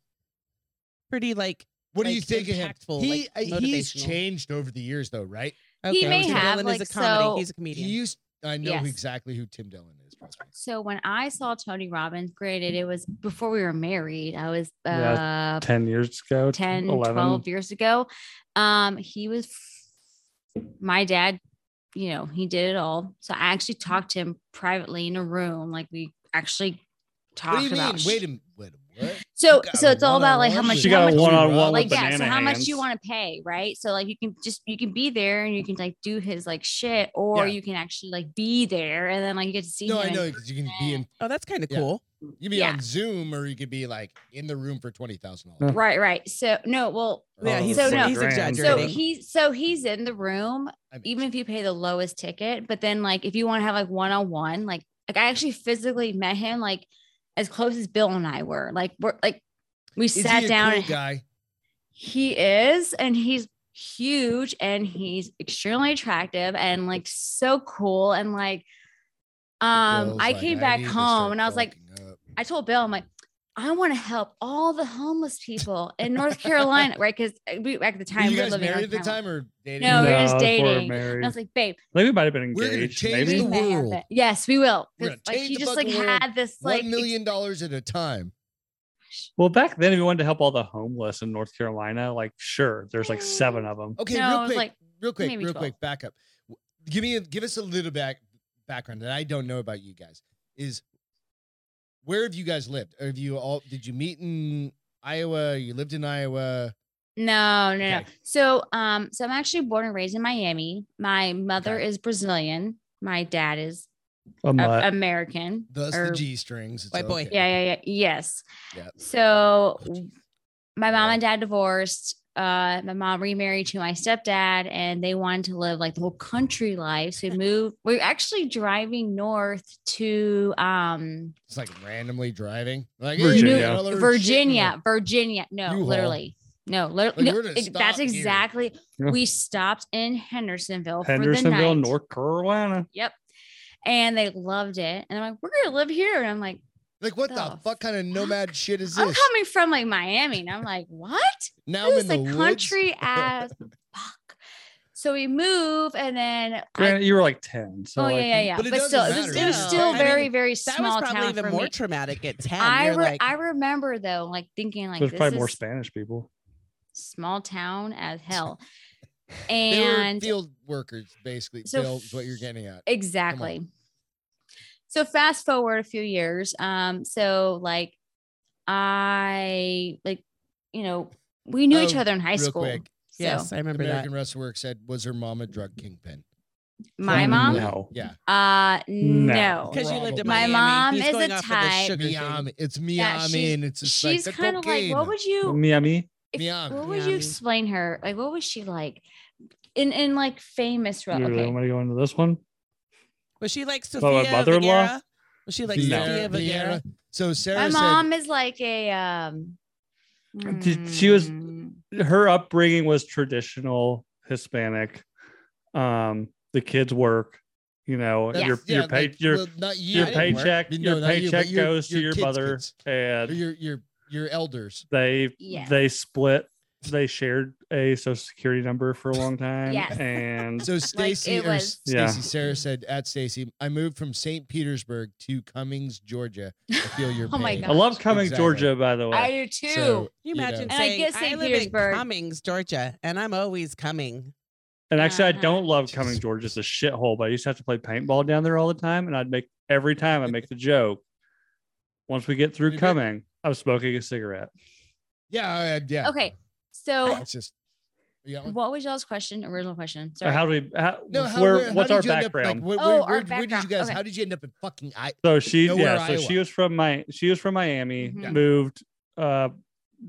pretty like
What do you
like,
think of him?
impactful,
He
like,
uh, he's
motivational.
changed over the years, though, right?
okay,
may
Tim
have,
Dillon
like,
is a comedy.
so-
he's a comedian.
He used. I know
Yes.
exactly who Tim Dillon is. trust me.
So when I saw Tony Robbins, graded, it was before we were married. I was uh,
Yeah, 10 years ago.
10,
11.
12 years ago. Um, he was my dad, you know, he did it all. So I actually talked to him privately in a room. Like we actually talked
What do you mean?
Ah,
about sh-
Wait a minute. Wait a minute. What?
So
got
so
a
it's all about like how
one-on-one
much
with
She got
how
a
much you-
one-on-one
Rob.
with
like yeah, so
banana
how much
hands.
you want to pay, right? So like you can just you can be there and you can like do his like shit, or
Yeah.
you can actually like be there and then like you get to see
No,
him.
I
and-
know because you can be in
Oh, that's kind of
Yeah.
cool.
you can be
Yeah.
on Zoom or you could be like in the room for twenty thousand
Yeah.
dollars.
Right, right. So no, well,
Yeah,
Oh,
he's,
So no.
he's
Grand. So
so
exaggerating.
he so he's in the room
I mean,
even if you pay the lowest ticket, but then like if you want to have like one on one, like like I actually physically met him like as close as Bill and I were. Like we're like we
is
sat
he a
down
cool
and
guy.
he is and he's huge and he's extremely attractive and like so cool and like um
Bill's
I
like,
came back
need to
home
start
and I was like
bulking up.
I told Bill, I'm like, I want to help all the homeless people in North Carolina, right? Because we back at the
Were
time
you
we were
guys
living in
married
North
at the
Carolina.
time or dating?
No, we were just
I think
dating.
married.
And I was like, babe,
Like we might have been
We're gonna
engaged.
change
Maybe
the
we may have
world.
it. Yes, we will.
We're
'Cause,
gonna
Like
change
he
the
just like
fucking world.
had this like
one
ex-
million dollars at a time.
Well, back then, if you wanted to help all the homeless in North Carolina, like sure, there's like seven of them.
Okay,
No, it
real
was
quick,
like
real quick,
maybe
real
12.
quick, back up. W- Give me, a, give us a little back background that I don't know about you guys. Is where have you guys lived? Have you all? Did you meet in Iowa? You lived in Iowa.
no, no, no.
Okay.
So um, so I'm actually born and raised in Miami. My mother
Okay.
is Brazilian. My dad is
A
a-
mutt.
American.
Thus
or-
the G strings. It's
Er, White boy.
okay.
yeah, yeah, yeah. Yes.
Yeah.
So
Oh, geez.
my mom
Yeah.
and dad divorced. Uh, my mom remarried to my stepdad, and they wanted to live like the whole country life. So we moved. We're actually driving north to um
It's like randomly driving. Like hey,
Virginia.
you got all our shit in
Virginia,
here.
Virginia. No,
U-Haul.
literally, no,
Like,
literally.
we're gonna stop
that's
here.
exactly.
Yeah.
We stopped in Hendersonville, for the
Hendersonville,
night.
North Carolina.
Yep, and they loved it. And I'm like, we're gonna live here. And I'm like,
Like what the,
the Oh,
fuck kind of nomad shit is
I'm
this?
coming from like Miami, and I'm like, what?
now
It
I'm
was
in the
like
woods?
country as fuck. So we move and then I,
Granted, you were like ten, so
oh
like,
yeah yeah yeah.
But it
But,
doesn't
still, it
matter.
was, it was
Yeah.
still
I
very
mean,
very
that
small
was probably
town
even
for
more
me.
traumatic at 10.
I
You're
re-
like,
I remember though, like thinking like
there's
this
probably more
is
Spanish people.
small town as hell,
They were
and
field workers, basically.
So-
Bill, is what you're getting at.
Exactly. So fast forward a few years. Um, so like I like, you know, we knew each
Oh,
other in high
real
school.
quick.
So
yes, I remember
American Wrestle Works said, "Was her mom a drug kingpin?"
my
Um,
mom,
No.
Yeah,
uh
No.
no.
that Mm. because you lived in
My
Miami.
mom
He's
is
going
a
off of this
type-
sugar thing.
Miami. It's
Yeah,
Miami,
she's-
and it's just
She's
like the
kind of like,
cocaine.
what would you
Miami.
if-
Miami.
what would
Mm. Miami.
you explain her? Like what was she like? In in like famous
You
role.
really
Okay.
want to go into this one?
Was she like Sophia
But my mother-in-law?
Vergara? Was she like
Vieira-
Sophia Vergara?
Vieira. So
My
Sarah
mom is like a um
Did- she was-
mm,
Her upbringing was traditional Hispanic. Um, the kids work. You know,
Yeah.
your
said,
your pay
like,
your
well, not you,
your
I didn't work.
paycheck
I mean,
your
no, not you,
paycheck
but your-
goes to your
kids'
mother
kids,
and
or your your your elders.
they
Yeah.
they split they shared a social security number for a long time
Yes.
and
So Stacy
it
or
was-
Stacy
Yeah.
Sarah said at Stacy, I moved from St. Petersburg to Cummings, Georgia. I feel your
Oh my
pain."
i love coming
Exactly.
georgia by the way
I do too.
So,
You
know,
imagine
I
saying, I,
guess St.
live
Petersburg.
in Cummings, Georgia, and I'm always coming.
and actually i
Uh-huh.
don't love coming
Jesus.
georgia's a shithole but i used to have to play paintball down there all the time and i'd make every time i make the joke once we get through
You're good.
coming i'm smoking a cigarette
yeah, I- yeah. Ah,
Okay. So
It's just you got one?
what was y'all's question? Original question.
so
Sorry.
how do we how,
No, how,
where,
where- how
what's
did
our
you end up, like,
background
where,
Oh,
where, where,
our
where did you
background,
guys?
okay.
How did you end up in fucking I?
So she,
Nowhere,
yeah, so she
Iowa.
was from my, she was from Miami,
Mhm. Yeah.
moved uh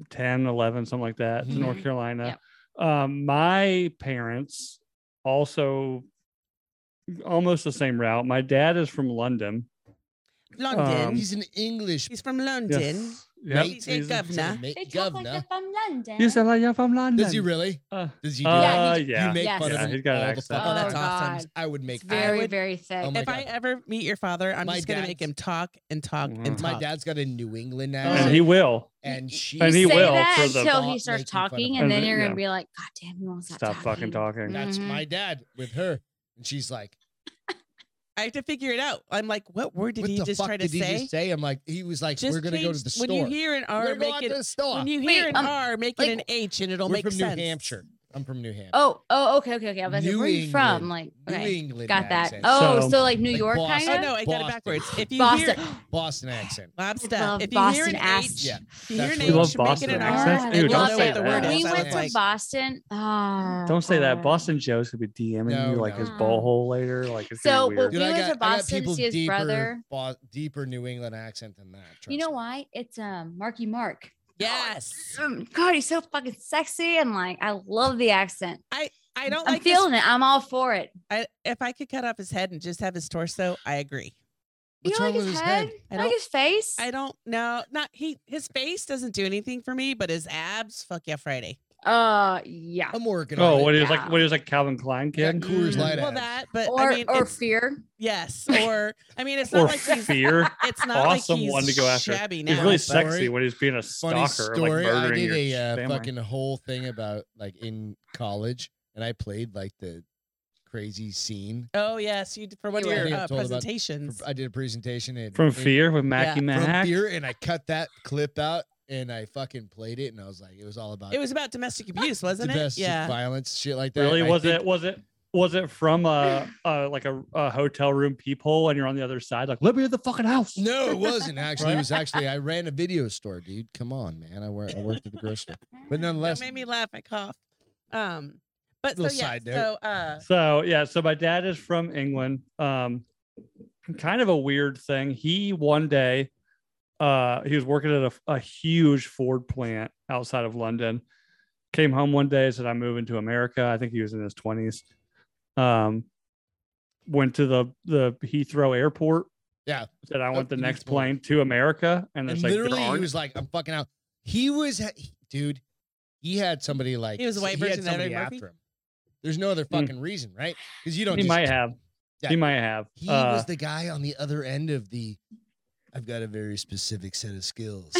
10, 11, something like that to North
Mhm.
Carolina. Um, my parents also almost the same route. My dad is from London.
London.
Um,
He's an English.
he's from London.
Yes. Yep.
Mate,
He's a governor.
ma-
they talk like
governor.
they're from London.
You said like you're from London.
Does he really?
Uh,
Does he? Do
Yeah,
that?
uh, yeah,
he-
You make
Yes.
fun of
Yeah,
him.
he's got an
all the
accent.
fucking
Oh, that's
time.
awesome.
God.
I would make
It's
fun of
I
him.
very,
would-
very thick.
Oh my
if I
God.
ever meet your father, I'm
My
just going to make
dad's- Mm-hmm.
him talk and talk and
Mhm.
talk.
My dad's got a New England accent,
and he will.
and she.
and he
you say
will
that
for the-
until
Stop
he starts
making fun of
talking,
him.
and then
And-
you're
yeah.
gonna be like, "God damn, you won't stop,
Stop fucking talking.
That's
Mhm.
my dad with her, and she's like,
I have to figure it out. I'm like, what word did
"What
he
the
just
fuck
try to
did he
say?
just say?" I'm like, "He was like,
Just
we're gonna go to
change-
the store.
When you hear an
we're
R,
gonna go
make
out
it.
to the store.
When you
Wait,
hear an
um,
R, make
like-
it an H, and it'll
we're
make
from
sense.
New Hampshire. I'm from New Hampshire.
Oh, oh, okay, okay, okay. I was like,
New
where are you from?
England.
Like,
New
okay,
England
got that.
accent.
Oh,
So-
so, like New
Like
York
Boston.
Oh
kind
no,
of.
I got it
Boston.
backwards. If you
Boston.
hear
Boston accent.
Bob
love
stuff, if you hear
Boston
an
accent.
H,
Yeah,
if you hear an
that's
H,
what-
love
Boston
Boston
an
accents.
R,
I
Dude,
and
don't
love
know
say
what the
that.
word
When
is.
we
I
went
was
to
like,
Boston. Oh,
Don't say that.
God.
Boston Joe's gonna be DMing
No,
you like
no.
his butthole later. Like it's
So,
so
but-
weird.
He went to Boston to see his
deeper,
brother.
Bo- deeper New England accent than that.
You
trust
know
me.
why? It's um Marky Mark.
yes.
Um, God, he's so fucking sexy and like I love the accent.
I don't
I'm
like this.
feeling it. I'm all for it.
I, if I could cut off his head and just have his torso, I agree.
You
What's
don't
wrong
like his,
with his
head?
head?
I
I like
don't-
his face.
I don't know. Not he. His face doesn't do anything for me, but his abs. Fuck yeah, Friday.
uh, yeah.
I'm working
Oh,
on
what
it.
he was
Yeah.
like? What he was like? Calvin Klein
Yeah,
kid
Coors
Mm,
Light
Well,
abs.
that, but
Or
I mean,
or
it's,
fear.
yes, or I mean, it's not
or
like he's.
fear.
It's not
Awesome
like he's
one to go after.
Shabby now.
He's really
but-
Funny
sexy when he's being a
Funny
stalker, like
story. I
murdering
did
your
a uh,
family.
fucking whole thing about like in college, and I played like the crazy scene.
Oh yes, you did- for one
You
of
were-
your
I
uh,
told about- for- uh,
presentations.
I did a presentation in,
from
in-
Fear with Mackie
from
Mac.
Fear, and I cut that clip out, and I fucking played it, and I was like, it was all about
It was about domestic abuse, wasn't it?
domestic
Yeah.
violence, shit like that.
Really?
and I
Was
think-
it? Was it? Was it from a, a like a, a hotel room peephole and you're on the other side? Like, let me in the fucking house.
No, it wasn't actually. It was actually I ran a video store, dude. Come on, man. I, wor- I worked at the grocery store, but
That
nonetheless,
made me laugh. I cough. Um, but so
Little
yeah.
side
So
note.
uh,
So yeah, so my dad is from England. Um, kind of a weird thing. He one day, uh, he was working at a, a huge Ford plant outside of London. Came home one day, said I'm moving to America. I think he was in his 20s. Um, went to the the Heathrow Airport.
Yeah.
said I
Up
want the
to
next
Heathrow.
plane to America, and
and
it's like there
literally he
aren't-
was like, "I'm fucking out." He was, ha- he- dude. He had somebody like
He was a white
he had
version of Eddie
somebody
Murphy?
after him. There's no other
Hmm.
fucking reason, right? Because you don't.
he
just-
might have.
Yeah.
He might have.
He
Uh,
was the guy on the other end of the. I've got a very specific set of skills.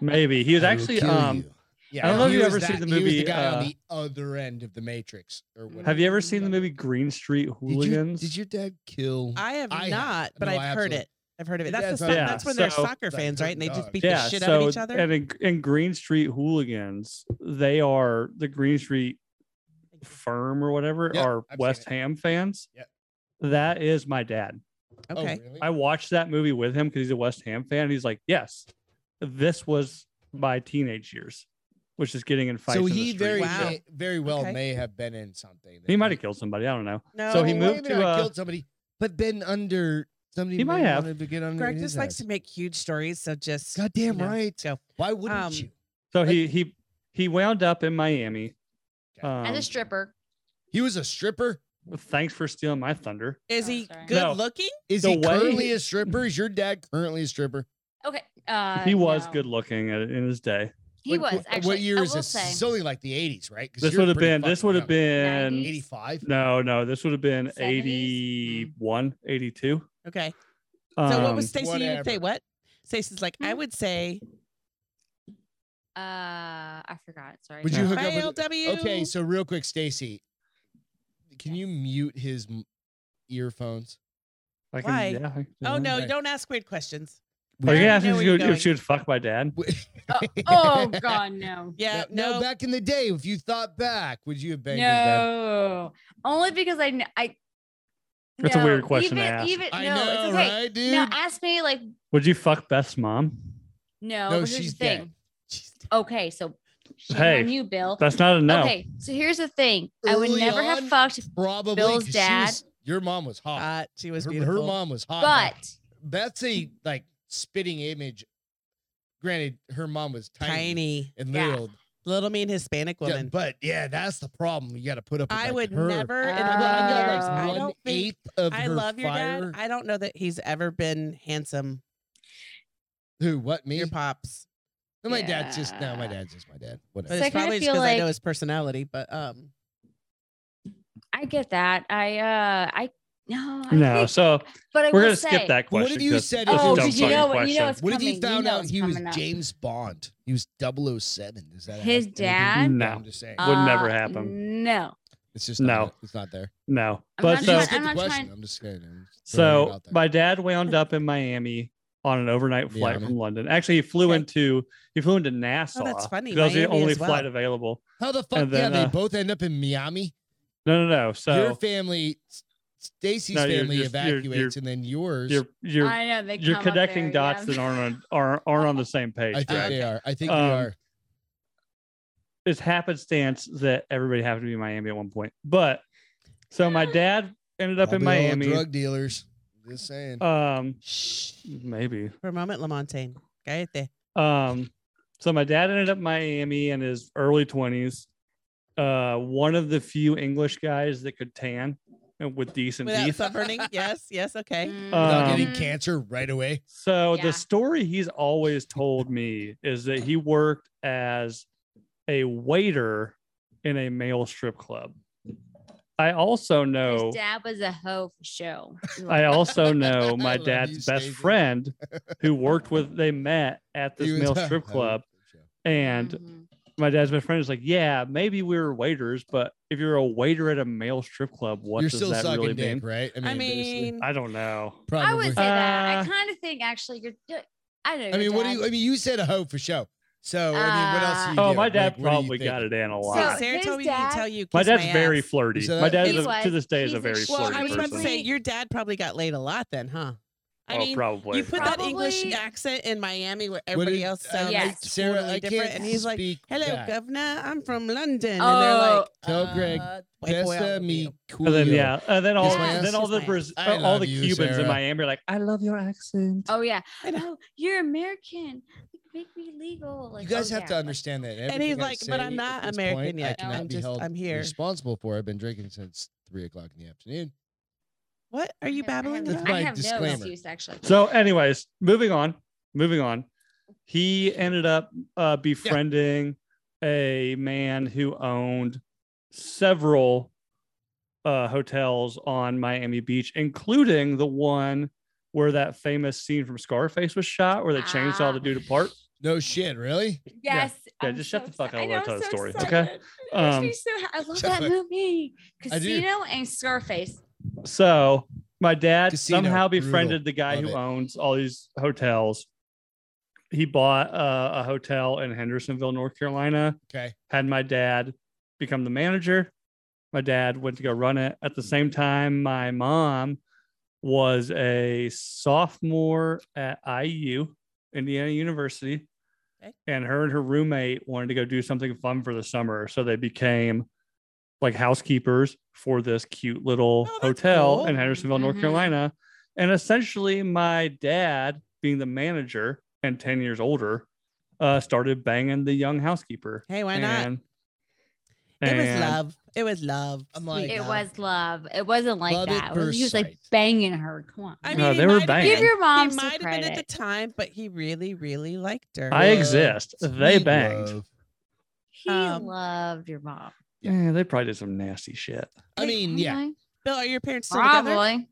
maybe he was
I will
actually.
kill
Um,
you. Yeah,
I don't know if
he
you
was
ever seen
that-
the
He was the
movie,
guy
uh,
on the other end of the Matrix, or
Hmm.
whatever.
Have you ever seen the movie Green Street
Did, you,
Hooligans?
did your dad kill?
I have
I have-
not, but
no, I
I've heard
absolutely-
it. I've heard of it.
Yeah,
That's the
it's
so,
on-
that's when
Yeah,
they're
so-
soccer
Like
fans, right? And they just
hurting
beat
yeah,
the shit
so
out of each other.
and in, in Green Street Hooligans, they are the Green Street firm or whatever
Yeah,
are
I've seen
West
it.
Ham fans.
Yeah.
That is my dad.
Oh,
okay.
really?
I watched that movie with him because he's a West Ham fan. and He's like, yes, this was my teenage years, which is getting in fights.
so
in the
he
street.
very
Wow.
may- very well
Okay.
may have been in something. that
he might have killed somebody. I don't know.
No.
So he
Oh,
moved
maybe
to,
not
uh,
killed somebody, but been under somebody.
He might
may
have.
wanted To get under
Greg
his
just likes
ass.
to make huge stories, so just
Goddamn
you know,
right.
go.
Why wouldn't
um,
you?
So
Like-
he he he wound up in Miami.
Okay.
Um,
As a stripper.
He was a stripper.
thanks for stealing my thunder.
Is
Oh,
he
sorry.
good
No.
looking?
Is
The
he
way-
currently a stripper? Is your dad currently a stripper?
Okay. Uh,
he was
no.
good looking at, in his day.
He
What-
was
what-
actually.
What year
I
is
will
this?
say.
It's only like the eighties, right? 'Cause
This
you're
would have
pretty
been this
fucking
would have
young.
been
90s?
eighty-five.
No, no, this would have been
70s?
81, 82.
Okay.
Um,
So what was Stacey? You would say
whatever.
what? Stacey's like, I
Hmm?
would say
Uh, I forgot. Sorry.
Would
you
hook up with-
YLW.
Okay, so real quick, Stacy, can you mute his m- earphones?
I
why?
yeah, I can do
Oh
that.
no,
Okay.
don't ask weird questions.
Are you
I
gonna
know
ask me if
where
she
you're
would-
going.
if she would fuck my dad?
oh God, no.
Yeah, no.
Back in the day, if you thought back, would you have banged his dad?
No, only because I kn- I.
That's a
no,
weird question to
Even,
ask.
even
I
no,
know,
it's okay.
right, dude?
Now ask me like
Would you fuck Beth's mom?
no.
No,
but here's
she's
the thing.
dead.
Okay, so shame
Hey,
on you, Bill.
That's not a no.
Okay, so here's the thing. I would
Early
never
on,
have fucked,
Probably.
Bill's
'cause she
dad.
was- your mom was hot.
Hot. uh, She was
her, her
beautiful.
mom was hot.
but
Like, That's a like spitting image. Granted, her mom was tiny,
tiny,
and
Yeah.
little,
little mean Hispanic
Yeah,
woman.
but yeah, that's the problem. You got to put up. With,
I
like,
would
her.
never. in a
Uh,
million years,
I
I
one
don't think.
eighth of
I
her
love your
fire.
dad. I don't know that he's ever been handsome.
Who? What? Me?
Your pops.
No, my dad's just no. My
Yeah.
dad's just my dad.
But
Whatever.
So I
it's
kinda
probably
feel
because I know
like-
his personality. But um,
I get that. I uh, I no, I
No,
think-
so
but I
we're
will
gonna
say,
skip that
What
question.
have you
'cause
said
it's a
if you
Oh,
dumb
did you
fucking
know what? You know
question.
it's
What if
coming.
he found
you know
out
it's
he was
coming up.
James Bond? He was 007. Does that have
His
anything to do
dad?
with it?
No.
I'm just saying.
Uh, Would never
Uh,
happen.
No,
it's just
no.
not, It's not there.
No,
I'm
but
not
You
so
just
trying-
get
I'm
the
not
question.
trying-
I'm just kidding. I'm just throwing it
So
out there.
my dad wound up in Miami on an overnight
Yeah,
flight
I mean-
from London. Actually, he flew
Okay.
into he flew
Oh,
into Nassau.
funny.
'cause That was the
Miami
only
as well.
flight available.
How the fuck?
And then,
yeah, they
uh,
both end up in Miami.
No, no, no.
Your
So
family, S- Stacy's
No, you're
family
just- you're-
evacuates,
you're-
and then yours.
you're you're
I know they
you're
come up
connecting
there,
dots
yeah.
that aren't on, are aren't on the same page.
I think
Greg.
they are. I think
Um,
we are.
it's happenstance that everybody happened to be in Miami at one point. But so my dad ended up in
Probably all
Miami.
drug dealers. Just saying.
Um,
Shh.
maybe.
For a moment, Lamontagne. Cállate.
Um, so my dad ended up in Miami in his early twenties. Uh, one of the few English guys that could tan and with decent
Without
teeth.
sunburning. yes. Yes. Okay.
Mm.
Without
um,
getting cancer right away.
So
Yeah.
the story he's always told me is that he worked as a waiter in a male strip club. I also know
Mm, His dad was a hoe for show.
I also know
I
my
love you,
dad's best
Stacey.
friend who worked with, they met at
He
this
was-
male strip club. And
Mm-hmm.
my dad's best friend is like, Yeah, maybe we were waiters, but if you're a waiter at a male strip club, what
You're
does
still
that
sucking
really
dick,
mean?
right?
I
basically.
mean,
I don't know.
probably.
I would say that.
Uh,
I kind of think actually you're. you're- I don't know.
I mean, what do you? I mean, you said a hoe for show. So I mean, what else?
Uh,
do you
Oh,
do?
my dad
Like, what do you
probably
think?
got it in a
So-
lot.
Sarah
his
told me to
dad-
tell you.
my
kiss
dad's
ass.
very flirty.
So
my
that-
dad
He
is a- to
was.
this day is
He's
a
a
very
schwa-
Well,
flirty
I was about to
person.
say your dad probably got laid a lot then, huh? I
oh,
mean,
probably.
you put that English
Probably-
accent in Miami where
What
everybody
did-
else
I-
sounds
Yes.
Sarah,
totally
I
different,
can't
and he's like,
speak
"Hello,
that.
governor, I'm from London,"
Oh.
and they're
Tell
like,
Greg,
uh, white boy out
Besta
with
me
you."
and then
Coolio.
yeah, and then all
Kiss my
then
ass.
all the
Kiss my
Braz-
ass. I
all
love
the
you,
Cubans
Sarah.
in Miami are like, I love your accent.
Oh yeah.
I know.
Oh, you're American. Like, make me legal. Like,
you guys
oh,
have
yeah.
to understand that.
And he's
everything I
like, "But
say
I'm
at
not
this
American
point,
yet.
I cannot
I'm
be
just-
held
I'm here."
Responsible for. I've been drinking since three o'clock in the afternoon.
What are you
I have-
babbling
I
That's
have,
about?
no,
my
I have no
disclaimer.
excuse actually.
So, anyways, moving on, moving on. He ended up uh, befriending a man who owned several uh, hotels on Miami Beach, including the one where that famous scene from Scarface was shot, where they chainsaw
Ah.
the dude apart.
No shit, really.
yes.
yeah,
I'm
just shut the fuck
excited.
up. I'll
I know,
tell
I'm
the
so
story, okay?
excited. It makes
Um,
me so ha- I love
shut
that
up.
movie.
I do.
Casino and Scarface.
So my dad
Casino,
somehow
brutal.
befriended the guy
Love
who
it.
owns all these hotels. He bought uh, a hotel in Hendersonville, North Carolina.
Okay.
Had my dad become the manager. My dad went to go run it. At the same time, my mom was a sophomore at IU, Indiana University.
Okay.
And her and her roommate wanted to go do something fun for the summer. So they became like housekeepers for this cute little
Oh, that's
hotel
cool. Mm-hmm.
in Hendersonville, North
Mhm.
Carolina. And essentially, my dad, being the manager and 10 years older, uh, started banging the young housekeeper.
Hey, why not?
And-
It was
and-
love. It was love.
I'm like,
Sweet
It
love.
was love. It wasn't like
Love at
that. It was- he was
first
like
sight.
banging her. Come on.
I
No,
mean, he
they were
might have
banging.
been-
Give your mom
he
some
might have been at the
credit.
time, but he really, really liked her.
I
Love,
exist. They
sweet
banged.
love.
He
Um,
loved your mom.
Yeah.
Yeah, they probably did some nasty shit.
I mean, yeah.
Bill, are your parents still together?
Probably.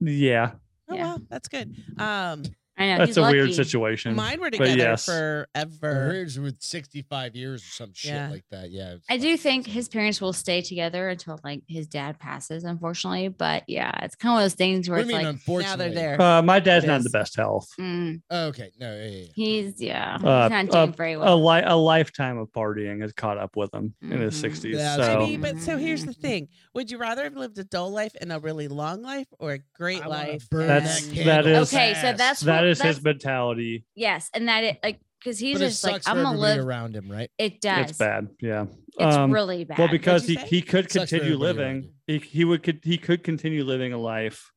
Yeah,
Oh
Yeah.
wow, that's good. Um,
I know.
that's
he's
a
lucky.
weird situation.
mine were
But
together
yes. Uh-huh.
forever.
Hers with sixty-five years or some shit
Yeah.
like that. Yeah. it's
I do
fucking
think
insane.
his parents will stay together until like his dad passes, unfortunately. But yeah, it's kind of one of those things where
What do
it's
you mean,
like,
Now
unfortunately?
they're there.
Uh, my dad's
It
not in the
is.
best health.
mm,
Oh, okay. No. Yeah, yeah, yeah.
he's yeah,
Uh,
he's not
uh,
doing very
A,
well.
li- a lifetime of partying has caught up with him in his
Mm-hmm.
Mhm.
60s.
Yeah,
I
so,
that's-
mean, but so here's the thing: Would you rather have lived a dull life and a really long life, or a great
I wanna
life?
burn
That's-
that
and-
that
candle
is-
Okay, so
fast.
that's
that
what-
is his
that's-
mentality.
Yes, and that it like because he's
But it
just like
sucks for
I'm gonna
everybody
live.
around him, right?
It does.
It's bad. Yeah.
It's
Um,
really bad.
Well, because he,
you say?
he could
Sucks for
continue
everybody around
living, he, he would could he could continue living a life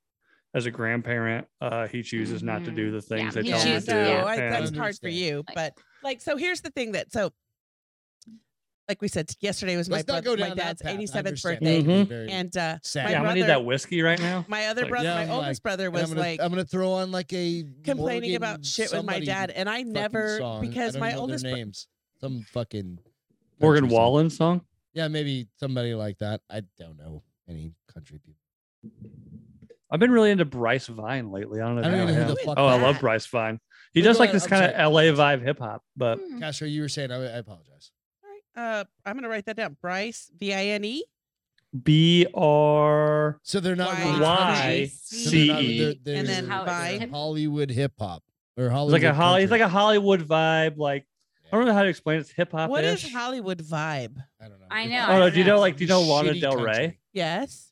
as a grandparent. Uh, he chooses not to
Mhm.
do the things
Yeah,
they
he
tell him
chooses-
to do.
Mm-hmm. Yeah,
Yeah.
Oh, I- that's
and-
hard for
Understand.
you.
Like-
But like, so here's the thing that so, like we said, yesterday was my
Let's not go
brother, my
down that
dad's
path. I
87th
understand
birthday,
that would be
Mhm.
very
and uh,
sad.
my
yeah, I'm gonna need
brother-
that whiskey right now.
my other
Like,
brother,
yeah,
my
I'm
oldest brother,
And
was
I'm gonna,
like
I'm gonna throw on like a
complaining
Morgan
about shit with my
somebody
dad, and I
fucking
never
song. I
because
don't
my
know
oldest
their
bro-
names some fucking
Morgan
country song.
Wallen song.
Yeah, maybe somebody like that. I don't know any country people.
I've been really into Bryce Vine lately. I don't know.
I
if
don't
you
even
know
know
him.
who the
him.
fuck.
Oh, I
that
love
is.
Bryce Vine. He
We're
does like
going-
this
I'm
kind
sorry. Mm.
of LA vibe hip hop, but
Hmm.
Castro, you were saying. I, I apologize.
All right, uh, I'm gonna write that down. Bryce V I N E.
B R.
So they're not.
Why? E,
really-
Why?
so they're not-
CE.
they're-
And
they're
then
How-
by
Hollywood hip hop or
It's
Hollywood.
like a Holly. It's like
country.
a Hollywood vibe. Like I don't know how to explain. It. It's hip hop.
what is Hollywood vibe?
I don't know.
I
It's-
know,
it's
I Oh, do you know,
like, do you know Lana
shitty
Del Rey?
country.
Yes.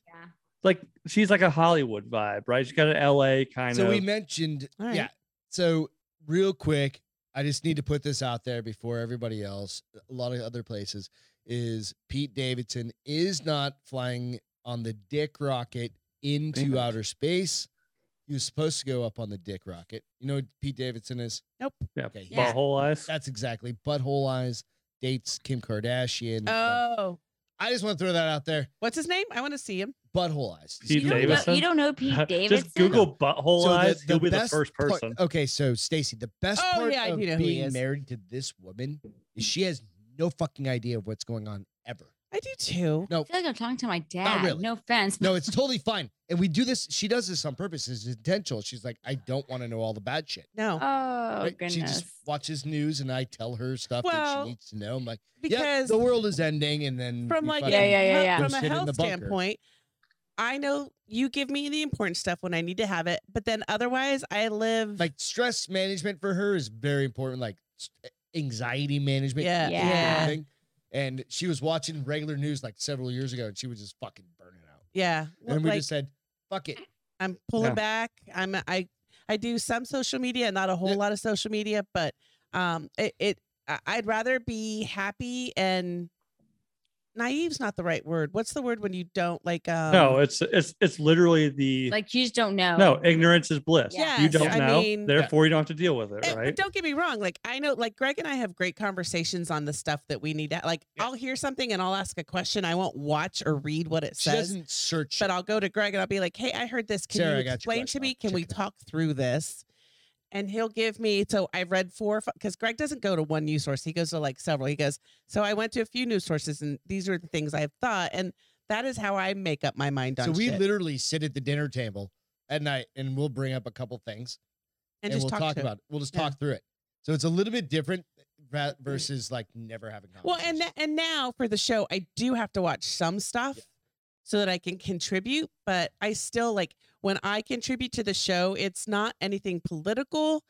Like she's like a Hollywood vibe, right? She's got an L.A. kind
So
of.
we mentioned,
All right.
yeah. So real quick, I just need to put this out there before everybody else. A lot of other places is Pete Davidson is not flying on the Dick rocket into
Damn it.
outer space. He was supposed to go up on the Dick rocket. You know what Pete Davidson is?
Nope.
yeah,
Okay,
yeah.
butthole eyes.
That's exactly butthole eyes. Dates Kim Kardashian.
Oh,
I just want to throw that out there.
what's his name? I want to see him.
Butthole eyes.
Pete
You don't, know,
Davidson?
you don't know Pete Davidson?
Just Google butthole
So the-
eyes. He'll be the
best
first
part-
person.
okay, so Stacy, the best
Oh,
part
yeah, I
of
do know who he
being
is.
married to this woman is she has no fucking idea of what's going on ever.
I do too.
No,
I feel like I'm talking to my dad.
really.
No offense.
no, it's totally fine. And we do this. She does this on purpose. It's intentional. She's like, I don't want to know all the bad shit.
No,
Oh,
Right?
goodness.
She just watches news, and I tell her stuff that
Well,
she needs to know. I'm like, yeah,
because
the world is ending, and then
from
we
like
fucking-
Yeah, yeah, yeah,
he-
yeah.
Go
from
sit
a
in the
health
bunker.
standpoint i know you give me the important stuff when i need to have it but then otherwise i live
like stress management for her is very important. Like s- eh, anxiety management.
yeah
Yeah.
yeah
thing. And she was watching regular news like several years ago, and she was just fucking burning out.
yeah,
and we
like
just said, "Fuck it."
i'm pulling
Yeah.
back i'm i i do some social media not a whole
Yeah.
lot of social media but um it, it I- i'd rather be happy and naive's not the right word what's the word when you don't like um
no, it's it's it's literally the
like, you just don't know.
no ignorance is bliss.
Yeah.
You don't
um, Yes, I
know,
mean-
therefore you don't have to deal with it,
And- but
right?
don't get me wrong. Like I know, like Greg and I have great conversations on the stuff that we need to. Like I'll hear something and I'll ask a question. I won't watch or read what it
She
says,
doesn't search.
but
it.
I'll go to Greg and I'll be like, "Hey, I heard this. Can
Sarah, I got
you
your
explain to
question.
me?
I'll
Can we
check it out."
talk through this?" And he'll give me. So I've read four because Greg doesn't go to one news source. He goes to like several. He goes. So I went to a few news sources, and these are the things I've thought, and that is how I make up my mind on.
so we
shit.
literally sit at the dinner table at night, and we'll bring up a couple things,
and, just
we'll talk,
to him.
about it. We'll just
Yeah. Mm.
talk through it. So it's a little bit different eh, ra- versus like never having.
Well, and
conversations.
tha- and now for the show, I do have to watch some stuff so that I can contribute. But I still like when I contribute to the show, it's not anything political.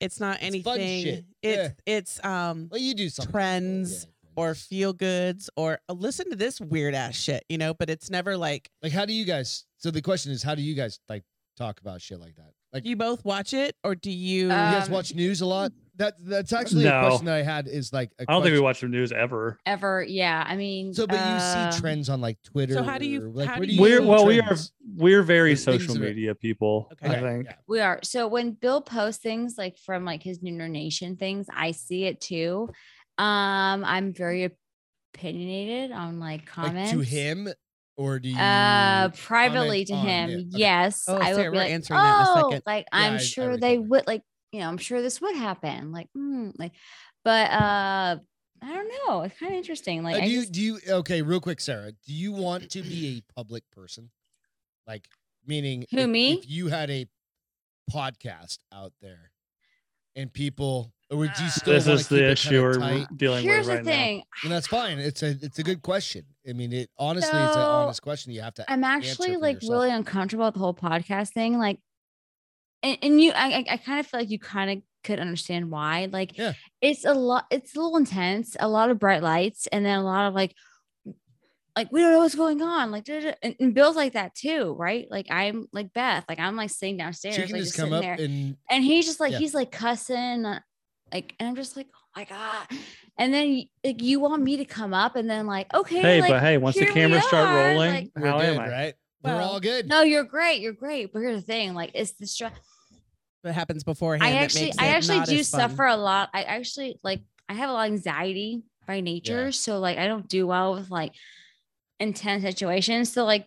It's not
It's fun
anything.
shit.
It's it's um
well, you do something
trends or
trends.
feel goods or uh, listen to this weird ass shit, you know. But it's never like
like, how do you guys? So the question is, how do you guys like talk about shit like that? Like,
do you both watch it or do
you
you?
Uh,
guys
Um,
watch news a lot? That that's actually a
No.
question that I had. Is like, I
I don't think we watch the news ever.
Ever. Yeah. I mean,
So, but you
uh,
see trends on like Twitter.
how do you-
or, like,
how
where
do
do you
We're
see
well, we are
trends?
we're very
There's things
social
that are-
media people.
Okay.
I think.
yeah.
We are. So when Bill posts things like from like his Nooner Nation things, I see it too. Um, I'm very opinionated on like
Like
comments.
to him, or do you?
Uh, privately to
on
him,
it? Okay.
yes.
Oh,
I would
Sarah,
be
we're
like,
answering that in a
"Oh,"
second.
Like
Yeah, I- I
I'm sure
already
they
know that.
would like, you know, I'm sure this would happen. Like, mm, like, but uh, I don't know. It's kind of interesting. Like,
Uh,
I
do you
just-
do you okay? Real quick, Sarah, do you want to be a public person? Like, meaning
Who,
if,
me?
If you had a podcast out there, and people, or would you
Ah.
still?
This
wanna keep
is the
it kinda
issue we're
tight?
dealing
here's
with right
the thing.
And that's fine. It's a it's a good question. I mean, it honestly, it's an
So,
honest question. You have to.
I'm actually
for
like
yourself.
really uncomfortable with the whole podcast thing. Like, and, and you, I, I- I kind of feel like you kind of could understand why. Like,
Yeah.
it's a lot, it's a little intense, a lot of bright lights, and then a lot of like, like we don't know what's going on. Like, da, da, da. And, and Bill's like that too, right? Like, I'm like Beth, like I'm like sitting downstairs,
She can
like
just come
sitting
up
there
and
and he's just like
Yeah.
he's like cussing uh, like and i'm just like oh my god and then y- like you want me to come up and then like okay
Hey,
like,
but hey, once the
here we
cameras start
are,
rolling,
like-
we're
how
good,
am I?
right? we're
Well,
all good.
no you're great you're great but here's the thing like it's the stress
What happens beforehand?
i
that
actually
makes
i
it
actually
not
do
as fun.
suffer a lot i actually like i have a lot of anxiety by nature so like i don't do well with like intense situations so like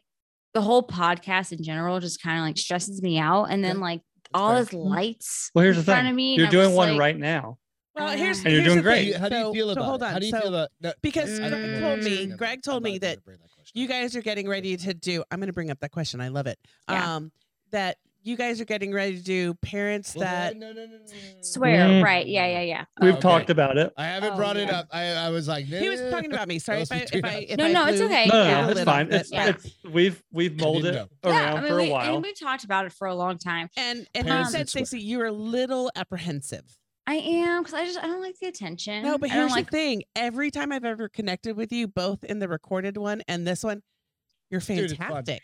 the whole podcast in general just kind of like stresses me out and then
Yeah,
like
That's
all
fair. Mm-hmm.
his lights
Well, here's
in
the
front
thing.
of me and
You're
I'm
doing
just
one
like-
right now.
Well,
Uh,
here's
And you're
here's
doing
the
How do
great.
thing.
you, how do you
So-
feel
so
about
hold
it?
on.
How do you
So-
feel about no,
because
I don't-
Greg told me,
Never
Greg
mind.
told
I'm
me
not
that
gonna bring that question
you
up.
guys are getting ready to do i'm going to bring up that question i love it
Yeah.
um that you guys are getting ready to do parents
Well,
that
no, no, no, no, no, no, no.
Swear,
Mm.
right? Yeah, yeah, yeah.
We've
Oh, okay.
talked about it.
I haven't
Oh,
brought it
yeah.
up. I, I was like,
he was talking about me. Sorry
That
if I
was
if
between
I
us.
if
No,
I
no, it's
blew-
okay.
blew
No,
a
yeah.
no, it's
lid off
fine.
it,
It's,
yeah.
it's we've we've molded
know.
it
yeah,
around
I mean,
for a
we, I
while.
mean, we've talked about it for a long time.
and and you
Parents
said
that swear.
Stacey, you were a little apprehensive.
I am because I just I don't like the attention.
No, but
I don't
here's
like
the thing: every time I've ever connected with you, both in the recorded one and this one, you're
Dude, it's fun.
fantastic.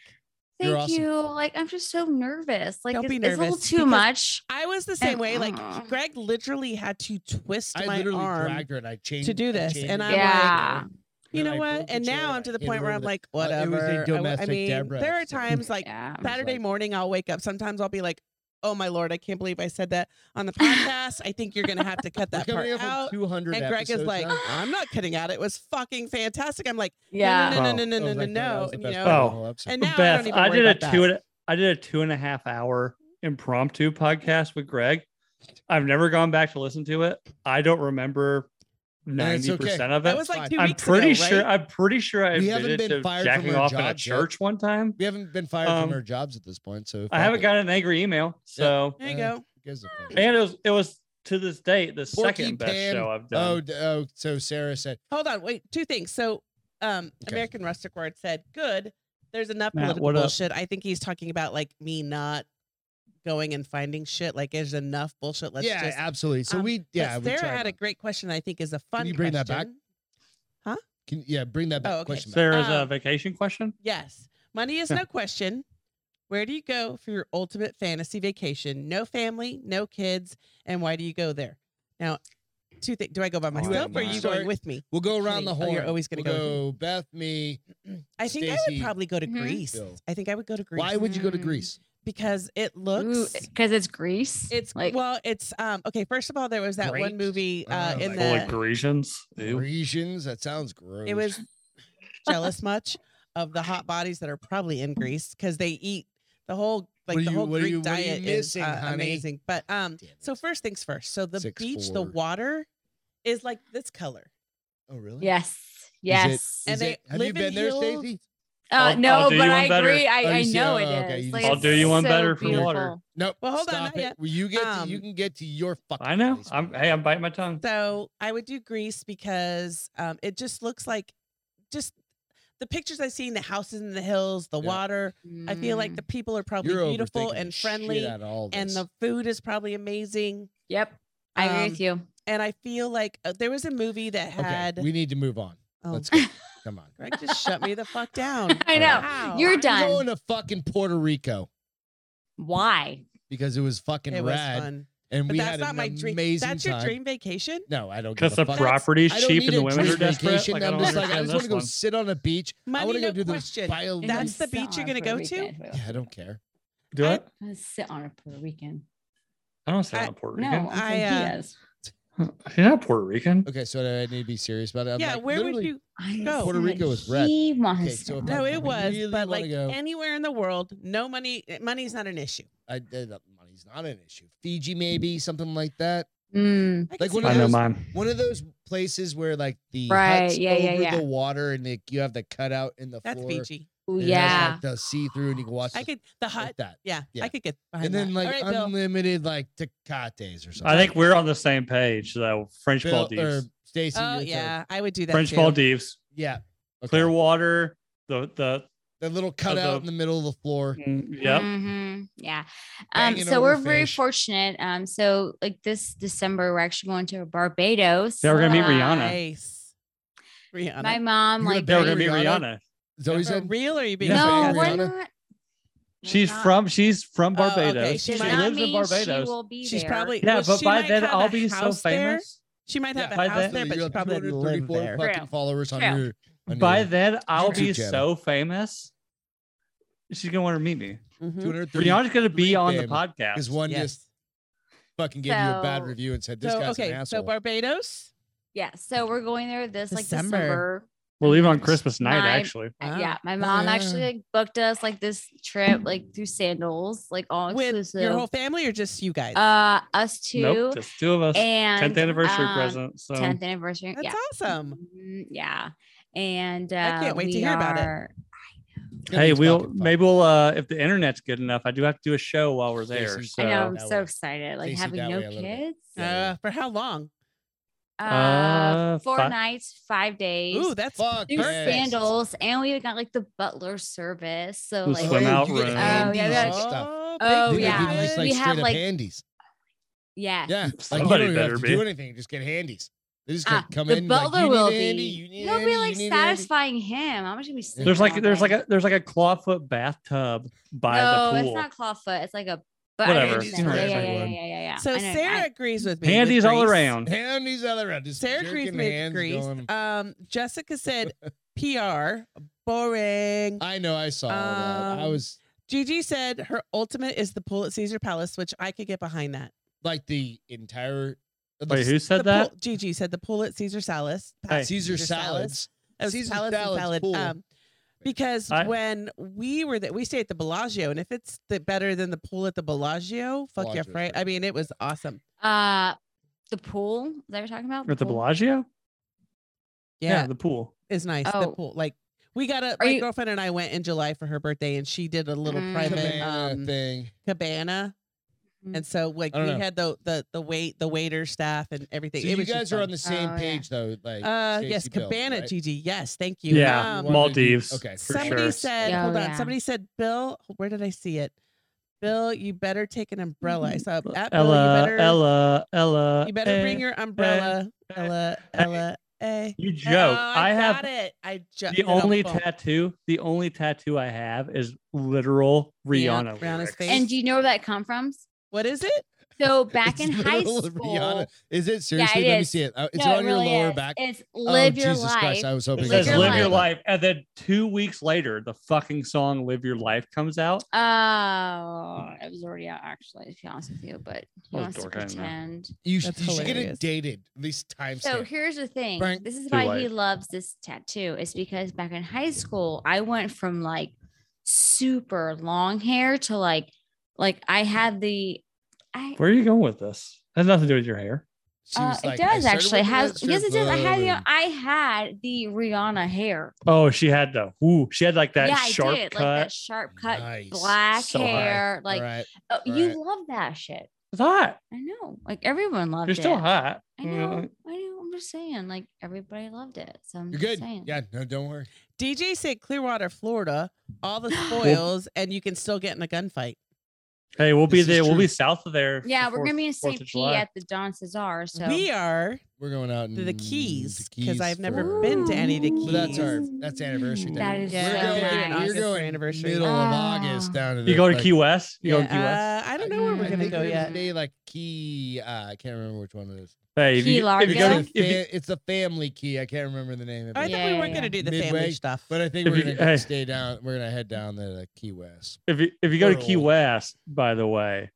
You're
thank
awesome.
you. Like I'm just so nervous. Like
Don't
it's,
be
it's a little
nervous,
too
because-
much.
I was the same way. Like
Mm.
Greg literally had to twist
I
my
literally
arm.
dragged her and I changed
do
I
this,
changed
and
her
I'm
to
like,
Taylor,
Yeah.
you
and
know
I
what?
pulled the
And
chair
now I'm
and
to
I
the
hit
point
her
where
with
I'm
the-
like,
Well, it was a
whatever. I w- I,
domestic
mean,
Deborah,
there are
so-
times like
yeah.
was
Saturday
like-
morning, I'll wake up. Sometimes I'll be like, oh my lord, I can't believe I said that on the podcast. I think you're gonna have to cut
We're
that part
coming up on
out.
200
And Greg is
episodes
like,
now.
I'm not cutting out. It was fucking fantastic. I'm like,
Yeah.
no, no, no, no,
Wow.
I
no,
was
no,
like, that
no,
was the
no. You
best
know?
part of
Oh.
the whole episode.
And now I
Beth,
don't even
I,
worry
did a
about
two
that.
and I did a two and a half hour impromptu podcast with Greg. I've never gone back to listen to it. I don't remember
it's
ninety
okay.
percent of
That
it.
was like
fine.
two
I'm
weeks
pretty
ago,
sure.
right?
I'm pretty sure I
We haven't
admitted
been
to
fired from
jacking
our
off in a
jobs yet.
church one time.
we haven't been fired
Um,
from our jobs at this point, so
I haven't gotten an angry email. So,
There you
Yeah.
go.
and it was it was to this date the
Porky
second best
Pam.
show I've done.
Oh, d- oh, so Sarah said,
Hold on, wait, two things. So, um,
Okay.
American Rustic Word said, "Good." There's enough
Matt,
political
what up?
bullshit. I think he's talking about like me not going and finding shit. Like, there's enough bullshit. Let's
"Yeah,
just.
absolutely." So
um,
we,
But
yeah, we
Sarah
tried
had a
that.
great question. I think is a fun.
you bring that back?
question.
Can, yeah, bring that back
Oh, okay.
question. back.
Sarah's a
um,
vacation question.
Yes, money is
Yeah.
no question. Where do you go for your ultimate fantasy vacation? No family, no kids, and why do you go there? Now, two things. Do I go by
You have
myself, or are
to
you
start-
going with me?
We'll go around
Kidding.
the
Oh,
horn.
you're always gonna
we'll go.
go
Beth, me.
I think I
Stacey,
would probably go to
Mhm.
Greece.
Bill.
I think I would go to Greece.
Why would you go to
Mm.
Greece?
Because it
Ooh,
looks.
Because it's grease.
It's
like
well, it's um okay. First of all, there was that
Great.
one movie uh,
Oh,
in
my
Full
God.
the
of Grecians. Ew.
Grecians. That sounds gross.
it was jealous much of the hot bodies that are probably in Greece because they eat the whole like
What are
the
you-
whole
what are
Greek
you- what are you
diet
missing,
is uh,
honey?
amazing. But um,
Damn it.
so first things first. So the
Six,
beach, the
four.
water is like this color.
Oh, really?
yes, yes.
And
Is
they
it- have you
live in
been there,
hills.
Stacey?
uh,
I'll-
no,
I'll do
but
you
I
one better.
agree. I,
Oh, you
I
see-
know
oh,
it is.
okay, you
Like,
see- I'll
it's
do
you one
so
better for water.
beautiful.
Nope.
Well, hold on,
stop
not
it.
yet.
Well, you get
Um,
to, you can get to your fucking.
I know.
place.
I'm hey, I'm biting my tongue.
So I would do Greece because um, it just looks like just the pictures I've seen, the houses in the hills, the
Yeah.
water. I feel like
Mm.
the people are probably
You're
beautiful
overthinking the
and
shit
friendly,
out of all
and
this.
the food is probably amazing.
Yep, I agree with you.
And I feel like uh, there was a movie that had.
Okay, we need to move on.
oh,
Let's go. Come on.
Greg just shut me the fuck down.
I know.
Wow.
You're
I'm
done.
going to fucking Puerto Rico
Why?
because it was fucking
It was
rad,
fun,
and
but
we
that's
had
not
an
my dream.
amazing
That's your
time.
dream vacation.
No, I don't.
Because
give a
the
fuck.
property's
I don't
cheap
need
and the
a
women are
dream
desperate.
vacation.
Like, I
I'm
don't
just like, I
understand
just want to
this
go
one.
sit on a beach. I
Money,
want to
no
go do
question.
the bio.
And
That's
just
the
sit
beach you're
on
gonna
for a
go to?
weekend. Wait, wait,
Yeah, I don't care.
Do
I-
it.
I'm gonna sit on it for a weekend.
I don't say
I-
I'm Puerto
No,
Rican.
I'm
I,
saying
uh,
he is.
You're not Puerto Rican.
Okay, so I need to be serious about it. I'm
yeah,
like,
where would
literally-
you?
I
go.
Puerto
said
Rico is red.
He wants.
Okay, so if I
No, it was,
really
but
wanna
like
go-
anywhere in the world, no money. eh, Money's not an issue.
I, I- that money's not an issue. Fiji, maybe something like that.
Mm,
I can
Like,
see
when
I
that.
know
those-
mine.
One of those places where like the
Right,
huts
yeah,
over
yeah, yeah.
the water and like you have the cutout in the
That's
floor.
Fiji.
ooh,
and it has,
yeah.
like, the see through and you can watch.
I
the-
could the hut.
like that.
Yeah,
Yeah.
I could get behind
And then
that.
like
All right, Bill.
unlimited like tecates or something.
I think we're on the same page though. French
Bill, or
Maldives.
Stacy.
Oh yeah, I would do that.
French
too.
Maldives.
Yeah. Okay.
Clear water. The the
That little cutout
the-
in the middle of the floor.
mm, yep.
Mhm, Yeah. Um,
Banging
so we're
over
very
fish.
fortunate. Um, so like this December, we're actually going to Barbados.
Yeah, we're gonna meet
Uh,
Rihanna.
Nice. Rihanna.
My mom,
You gonna
like,
Yeah, we're
bang
gonna meet
Rihanna?
Rihanna.
Is that what you
For
said?
real or are you being
Yeah,
no,
bang
sarcastic?
we're
Rihanna?
not. we're
She's
not.
from she's from
Oh, okay.
Barbados.
She
She
Does
might-
not
lives
mean
in Barbados.
She will be
She's
there.
probably
Yeah,
well,
but
she
by
might
then
have
I'll
a
be so
house there.
famous.
She might have
Yeah,
a
by
house
then-
there, but
You
she
have
probably doesn't live
234
there.
fucking
True.
followers on
True.
your on
By
your
then I'll
YouTube
be
channel.
so famous. She's gonna want to meet me.
Mm-hmm.
Mhm.
230
Rihanna's gonna be
three
on the
fam-
podcast.
because one just
Yes.
fucking gave you a bad
So-
review and said this
So
guy's an
okay,
asshole.
so Barbados.
Yeah. So we're going there this like
December.
December.
We'll leave on Christmas night,
My-
actually.
Uh,
Wow.
Yeah. My mom actually
Yeah.
like booked us like this trip, like through sandals, like all
With
exclusive.
your whole family or just you guys?
uh, us two.
Nope, just two of us.
and
Tenth anniversary
um,
present. So
10th anniversary.
That's
Mm, yeah.
awesome.
Mhm, Yeah. And uh,
I can't wait to
we
hear about it.
are-
hey,
Nobody's
we'll
talking, fuck.
maybe we'll uh if the internet's good enough, I do have to do a show while we're
Facing
there.
down.
So
I know. I'm
That
so
way.
excited. Like
Facing
having
that
no
way a little bit.
kids.
Uh, for how long?
Uh,
Uh,
four
fi-
nights, five days.
Ooh, that's
Fuck
new
yes.
sandals, and we got like the butler service. So
The
like,
swim
Oh,
out
you get
room.
handies
Oh, yeah,
and
that's-
stuff.
Oh,
Dude, they
yeah.
give you just, like,
We have,
straight up
like-
handies.
yeah,
Yeah, like you don't
Somebody
even have
better
to
be.
do anything. Just get handies. They just
Ah,
gonna come
the
in.
butler
like, you
will
need
be.
Andy, you need
He'll
Andy,
be
you
like
need Andy."
satisfying him. I'm just gonna be. sitting
there's like
all
there's
day.
like a there's like a clawfoot bathtub by
no,
the
it's
pool.
not clawfoot. It's like a. But I
Whatever.
understand.
It's
Yeah, yeah,
for
yeah, yeah,
everyone.
yeah, yeah, yeah.
So
I know, I-
Sarah agrees with me. with
Handies all
Greece.
around.
Handies all around. Just
Sarah agrees
jerking
with
hands
Greece.
going-
Um, Jessica said PR boring.
I know. I saw that. I
Um,
was
Gigi said her ultimate is the pool at Caesar Palace, which I could get behind that.
like the entire. the
Wait, who said
The
that?
Pool, Gigi said the pool at Caesar Palace.
Hey.
Caesar salads.
It was
Caesar
Palace and
Salads
salad.
pool.
Um, because
I-
when we were that we stayed at the Bellagio, and if it's the better than the pool at the Bellagio, fuck yeah,
Bellagio's
right?
great.
I mean, it was awesome.
Uh, the pool is that what you're talking about?
At the
pool?
Bellagio?
Yeah,
the pool.
it's nice. The
Oh.
pool, like we got a
Are
my
you-
girlfriend and I went in July for her birthday, and she did a little
Mm.
private
Cabana
um,
uh, thing.
cabana.
Mm.
And so, like,
I
we
don't know.
had the the the wait the waiter staff and everything.
So
it
you
was just
guys are
fun.
on the same
Oh, yeah.
page though. Like
Uh, yes,
Stacey Bill,
Cabana,
right?
Gigi. Yes, thank you.
Yeah,
Um,
Maldives.
Okay, for
somebody
sure.
said,
Oh,
Yeah,
hold on.
yeah.
Somebody said, Bill, where did I see it? Bill, you better take an umbrella.
Mm-hmm.
I saw it at Bill.
Ella,
you better,
Ella, Ella.
you better
eh.
bring your umbrella.
eh,
Ella, Ella, eh.
You
Oh,
joke.
I,
I, have
got it. I just
the only tattoo. The only tattoo I have is literal
Rihanna's
Rihanna. lyrics.
face.
And do you know where that come from?
What is it?
So back in
It's
high
literal
school,
Rihanna. Is it seriously?
it
Let me
is.
see it. Uh, It's
No, it
on your
really
lower
is.
back.
It's live
oh,
your
Jesus
life.
Christ! I was hoping
It
it
says
was
Live Your
"Live Your
Rihanna.
Life," and then two weeks later, the fucking song "Live Your Life" comes out.
Oh, it was already out actually, to be honest with you, but he
Oh,
wants to
dork, I don't know.
pretend.
You, sh-
That's
you should get
hilarious.
it dated. At least time
So here's the thing.
Frank,
this is
Too
why he
late.
loves this tattoo. It's because back in high school, I went from like super long hair to like like I had the I
Where are you going with this? has nothing to do with your hair.
uh, it does actually has yes it does. I had the
the
I had the Rihanna hair.
Oh, she had the ooh, she had like that
yeah,
sharp
I did.
cut.
Like that sharp cut
Nice.
black
So high.
hair. Like
right.
oh,
right.
you love that shit.
It's hot.
I know. Like everyone loved
You're
it.
still hot.
I
Mm.
know. I know. I'm just saying, like everybody loved it. So I'm
You're
just
good.
saying.
Yeah. No, don't worry.
DJ said Clearwater, Florida, all the spoils, and you can still get in a gunfight.
Hey, we'll be
This is
there. We'll
true.
be south of there.
Yeah,
for
we're gonna
Fourth-
be in
Fourth of
St. Pete
July.
at the Don Cesar. So
We are
We're going out and
the Keys, 'cause I've never
Mm, for-
been to any of the
Well, that's our
Keys.
that's anniversary. day.
That is
Yeah,
so
we're going,
we're doing
nice.
We're
August for
going
anniversary.
middle of
Ah.
August down to
You going to
this, like,
Key West? You going to Key West?
Uh, I don't know where we're
I
gonna
think
go
it was
yet.
They like key. Uh, I can't remember which one it is.
Hey, if
Key
you, if you go to,
It's,
if
a
you-
fa- it's a family key. I can't remember the name of it.
I thought
Yeah,
we
yeah,
weren't
yeah.
gonna do the
Midway,
family stuff.
But I think
If
we're
you-
gonna
hey.
stay down. We're gonna head down to the Key West.
if you if you go to Key
Earl.
West, by the way,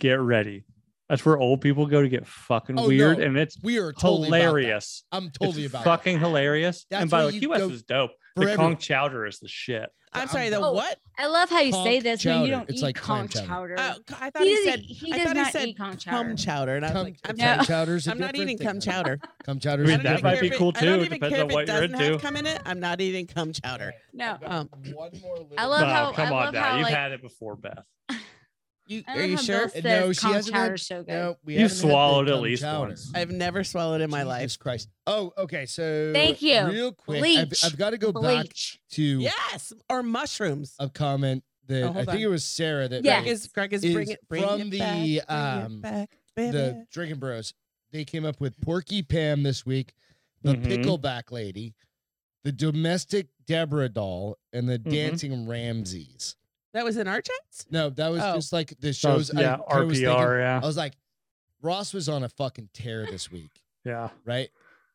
get ready. That's where old people go to get fucking
Oh,
weird,
no.
and it's
We are totally about that.
hilarious.
I'm totally
it's
about that.
fucking hilarious.
That's
and by the
where
way,
you
Key West
go
is dope.
for
The
everyone.
conch chowder is the shit.
I'm sorry, the
Oh,
what?
I love how you say
Conch
this when you
chowder.
don't
It's
eat
like clam
conch
chowder.
chowder.
Oh, c- I thought
he
he,
doesn't,
said
he
I
does
thought he
not
said
eat conch chowder.
cum chowder, and I was
Cum-
like, I'm,
cum
not,
chowder's a
I'm not
different
eating
thing.
cum chowder.
Cum
I
chowder's
mean,
a
I don't
that
even
different
might
care
be
thing.
if it-
cool
I don't
too,
even
depends
care
on
if it
what you're
doesn't have
into.
cum in it. I'm not eating cum chowder.
No.
I've got
Um,
one more little-
I love
Wow,
how-
come
I
on
love
now.
how,
You've
like-
had it before, Beth.
You
I
are
love
you
how
sure?
Bill says
No, she
conch
hasn't had-
chowder is so good.
No, we
You've
haven't had the
swallowed at
cum
least
chowder.
once.
I've never swallowed in my
Jesus
life.
Christ. Oh, okay. So
Thank you.
Real quick, I've,
Bleach.
I've got to go back
Bleach.
to
Yes, or mushrooms.
a comment that
Oh,
I
hold
think
on.
it was Sarah that
Yeah.
Greg is Greg is,
Is
bring it bring
from
it
the,
back, bring it
um,
back,
made
baby.
the Drinking Bros. They came up with Porky Pam this week, the
Mhm.
Pickleback Lady, the Domestic Deborah Doll, and the
Mhm.
Dancing Ramses.
that was in our chats.
No, that was
Oh.
just like the
So,
shows. uh, I-
yeah,
I, was thinking-
RPR. Yeah,
I was like, Ross was on a fucking tear this week.
yeah.
right?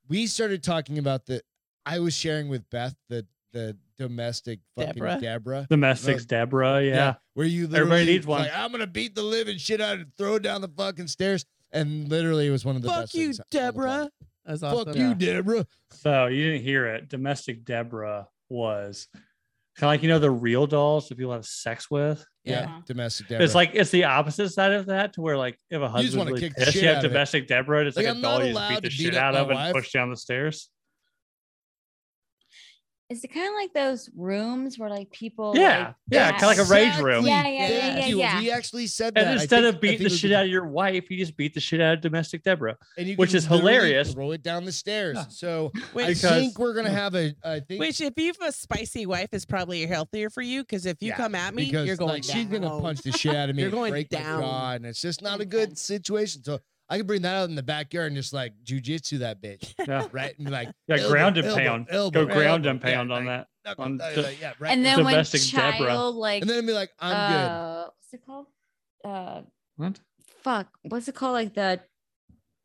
We started talking about the. I was sharing with Beth the the domestic fucking
Deborah?
Deborah. Uh,
Domestics, Deborah. Yeah.
where you
Everybody
literally
needs one.
like, I'm gonna beat the living shit out and throw it down the fucking stairs. And literally, it was one of the
Fuck
best
you,
things on the
Deborah.
planet.
That was
Fuck
awesome.
you, Deborah.
So you didn't hear it. Domestic Deborah was kind of like you know the real dolls that people have sex with.
Yeah,
Yeah.
domestic Deborah.
It's like it's the opposite side of that to where like if a
just
husband's
wanna
really
kick the
pissed,
shit
you have
out of it.
domestic Deborah. It's like,
Like,
a
I'm
doll
not
you just
allowed
beat the
to beat
shit
up
out
my
of and
wife.
push down the stairs.
Is it kind of like those rooms where like people?
Yeah,
like,
yeah,
that
kind of like a rage
sucked.
room.
Yeah, yeah, yeah,
Thank
yeah,
you.
yeah.
We actually said that.
And
I
instead
think-
of
I
beating
think
the
we
shit
could-
out of your wife, you just beat the shit out of domestic Deborah.
and you
which
can
is
literally
hilarious.
Roll it down the stairs.
Yeah.
So
Which,
I
Because-
think we're gonna have a. I think
which, if you have a spicy wife, is probably healthier for you because if you
Yeah,
come at me,
because
you're going
like, she's gonna
down.
punch the shit out of me.
You're
and
going
break
down.
My jaw, and it's just not a good situation. So I could bring that out in the backyard and just like jujitsu that bitch,
Yeah,
right? And be like
yeah,
elbow,
ground and
elbow,
pound.
elbow,
Go ground
elbow.
and pound
Yeah,
on
like,
that.
knuckle,
on
uh,
the-
like, yeah, right.
And then when
Domestic
child
Deborah.
like
and then I'd be like, I'm good.
uh, what's it called? Uh,
What?
fuck, what's it called? Like the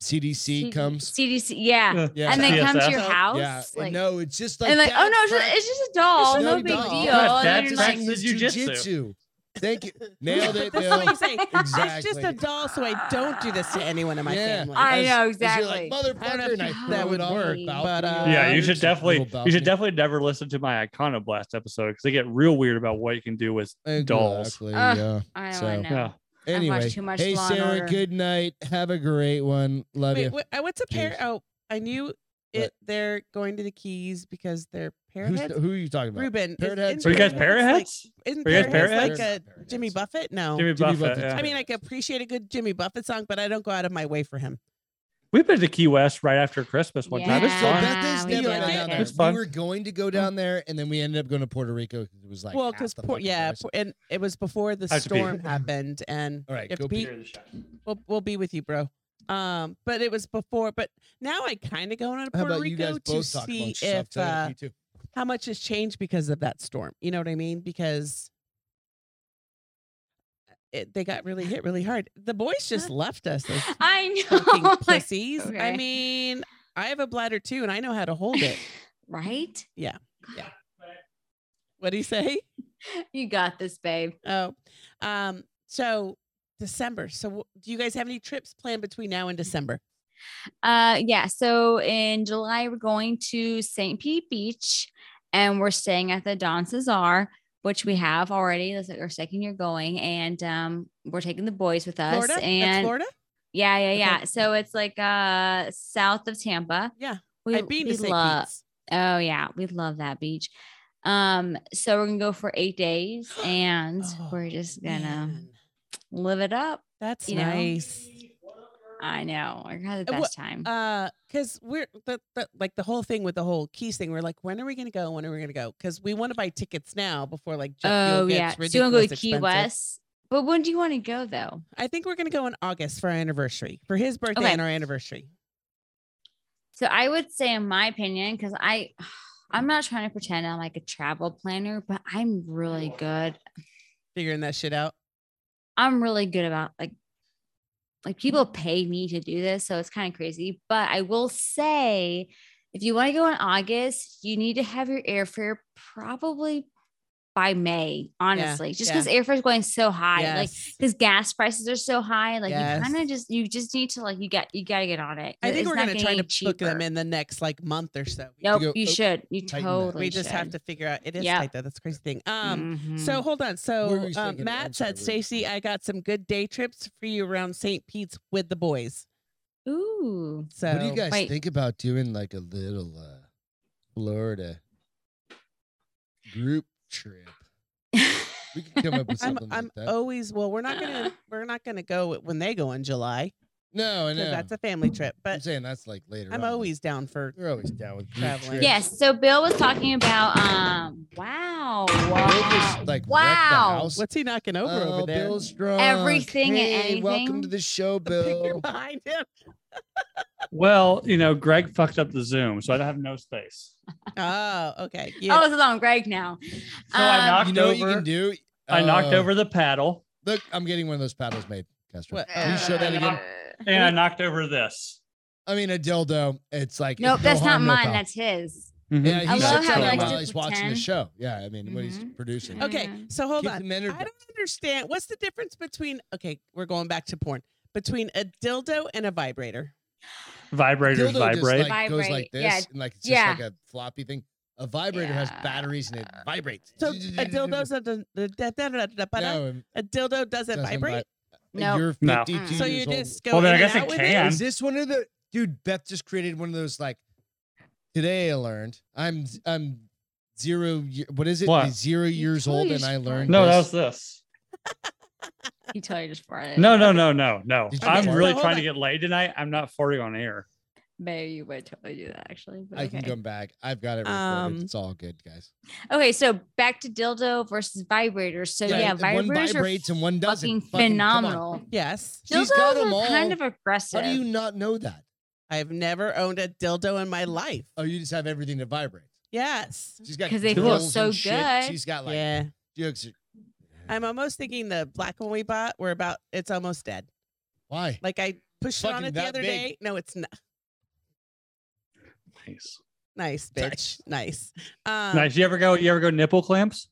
CDC
CD
comes.
CDC, yeah,
Yeah.
Yeah.
and they come to
CSS.
your
Yeah,
house,
yeah, and
like,
no, it's just like
and like, oh no, it's
that's
just, it's just a doll,
It's
no,
no
big
doll.
deal.
Yeah,
and then
that's
you're
practicing
like,
practice
his
jujitsu.
jujitsu. Thank you. Nailed it,
That's
Bill.
what I'm saying. It's just a
Exactly.
doll, so I don't do this to anyone in my
Yeah.
family.
I
As-
know
as you're
exactly.
Like,
I don't know
Motherfucker, and I
if
throw
that
it
would
off
work,
the
but,
balcony.
uh,
Yeah, you
It's
should
Just a little
definitely you
balcony.
should definitely never listen to my Iconoblast episode because they get real weird about what you can do with. dolls.
Exactly,
Ugh.
yeah.
I don't
So-
wanna know.
Yeah,
Anyway,
too much
hey
Law and
Sarah,
Order.
good night. Have a great one. Love
Wait,
you.
what, uh, what's a pair?
Jeez.
Oh, I knew it. They're going to the keys because they're parrot
Who's
heads.
who are you talking about?
Ruben, is-
Parrot heads?
isn't
are you guys
parrot heads
parrotheads?
Like, isn't
Are you
parrot
guys
heads
parrot
like
heads?
a Jimmy Buffett? No.
Jimmy
Jimmy
Buffett.
Buffett's
yeah.
I mean, I could appreciate a good Jimmy Buffett song, but I don't go out of my way for him.
We've been to Key West right after Christmas one time.
That is
It's
so
fun.
that is never
we
did
been
like
down
it.
there.
It's fun.
We were going to go down there, and then we ended up going to Puerto Rico because it was like
well,
half
because
the
poor,
fucking
yeah,
price.
poor, and it was before the
I have to pee.
storm happened, and
All right,
you have
go
to pee. We'll, we'll be with you, bro. Um, but it was before. But now I kind of go on to
How
Puerto
about you guys
Rico to
both talk
see
amongst yourself
if
too?
uh,
You too.
how much has changed because of that storm. You know what I mean? Because it, they got really hit really hard. The boys just left us. Those
I
fucking
know, like,
pussies. I
okay.
mean, I have a bladder too, and I know how to hold it.
right?
what do you say?
You got this, babe.
Oh, um, so December. So wh- do you guys have any trips planned between now and December?
Uh, yeah. So in July, we're going to St. Pete Beach, and we're staying at the Don Cesar, which we have already. That's like our second year going, and um, we're taking the boys with us.
Florida? That's
And
Florida?
yeah, yeah,
Okay.
yeah. So it's like uh south of Tampa.
Yeah.
we,
I've been
we
to St.
love.
Pete's.
Oh yeah, we love that beach. Um, so we're gonna go for eight days, and
Oh,
we're just gonna
Man,
live it up.
That's
you know,
nice.
I know. We're gonna have the
Uh, wha-
best time.
Uh, because we're the, the like the whole thing with the whole keys thing. We're like, when are we gonna go? When are we gonna go? Because we want to buy tickets now before like jet fuel
oh yeah.
gets
So you wanna go to
ridiculous
Key
expensive.
West? But when do you want to go though?
I think we're gonna go in August for our anniversary, for his birthday
Okay.
and our anniversary.
So I would say, in my opinion, because I, I'm not trying to pretend I'm like a travel planner, but I'm really good.
Figuring that shit out.
I'm really good about like, like people pay me to do this, so it's kind of crazy. But I will say, if you want to go in August, you need to have your airfare probably by May. Honestly, just
yeah.
because airfare is going so high, like
Yes.
because gas prices are so high, like
Yes.
you kind of just you just need to like you got you got to get on it.
I think
It's
we're
not
gonna try
getting
to
any
book them
cheaper.
in the next like month or so. We-
Nope,
go,
you
"Oh,
should. You
tighten that."
totally.
We just have
should.
to figure out. It is
Yeah.
tight though. That's a crazy thing. Um. So
Mhm.
hold
Mm.
on.
were
So
you
um,
thinking? I'm sorry,
Matt said,
what were you
Stacy, I got some good day trips for you around St. Pete's with the boys.
Mm-hmm. ooh,
So
what do you guys
Wait.
think about doing like a little uh, Florida group trip? We can come up with
I'm,
something
I'm
like that.
always well. We're not gonna we're not gonna go when they go in July
no, I
'cause
know.
that's a family trip.
I'm
But
saying that's like later.
I'm
on.
always down for
You're always down with group
Traveling.
trips.
yes. So Bill was talking about um. Wow.
Bill just, like, wrecked the
wow.
house.
what's he knocking over
oh,
over there?
Bill's drunk.
Everything and
hey, Welcome to
anything.
the show,
the picture
Bill.
behind him.
Well, you know, Greg fucked up the Zoom, so I have no space.
Oh, okay.
Oh,
Yeah.
it's on Greg now.
So I
Um,
knocked
You know what you
over.
can do?
I knocked
Uh,
over the paddle
Look, I'm getting one of those paddles made, Castro.
What?
Can you show that again?
and I knocked over this.
I mean, a dildo. It's like
Nope,
no
that's not
harm, no
mine.
foul.
That's his.
yeah.
I
He
love
sits
how
there
he likes
while
to
he's watching the
pretend.
show. Yeah, I mean, what he's
Mhm.
producing.
Okay.
Mhm.
So hold
Keep
on.
them entertained.
I don't understand. What's the difference between okay, we're going back to porn. Between a dildo and a vibrator.
Vibrators
dildo just,
vibrate.
like, goes like
Vibrate,
this,
yeah,
and like it's just
yeah.
like a floppy thing. A vibrator has
Yeah.
batteries and it vibrates.
So a dildo's a, d- d- d- d- d- d- d-
no, it
a dildo doesn't
doesn't
vibrate.
vi- Mm-hmm.
Nope.
You're
No.
52
Mm.
So
years
you
old.
just go
Well, then
in
I
and
guess it
out with
can.
Is this one of the dude? Beth just created one of those like. Today I learned I'm I'm zero. ye- What is it?
What?
Zero years
totally
old, and
just
I learned.
No,
this.
that was this.
You totally just farted.
No, no, no, no, no.
Did you
I'm
fart?
really
Hold
trying
on.
to get laid tonight. I'm not farting on air.
Maybe you would totally do that actually. but
I can
okay.
come back. I've got it recorded.
Um,
it's all good, guys.
Okay, so back to dildo versus vibrators. So yeah,
one
vibrators are
vibrates and one
fucking
doesn't. Fucking- come on.
phenomenal.
Yes.
She's
Dildos
got
are
them all.
kind of aggressive.
How do you not know that?
I've never owned a dildo in my life.
Oh, you just have everything that vibrates.
Yes.
She's got
'Cause they
feel
grills and
so
shit.
good.
She's got like
yeah.
jokes.
I'm almost thinking the black one we bought, we're about, it's almost dead.
Why?
Like I pushed it on
Fucking
it the
that
other
big.
day. No, it's not.
Nice.
Nice, bitch. Nice. Um,
nice. You ever go? You ever go nipple clamps?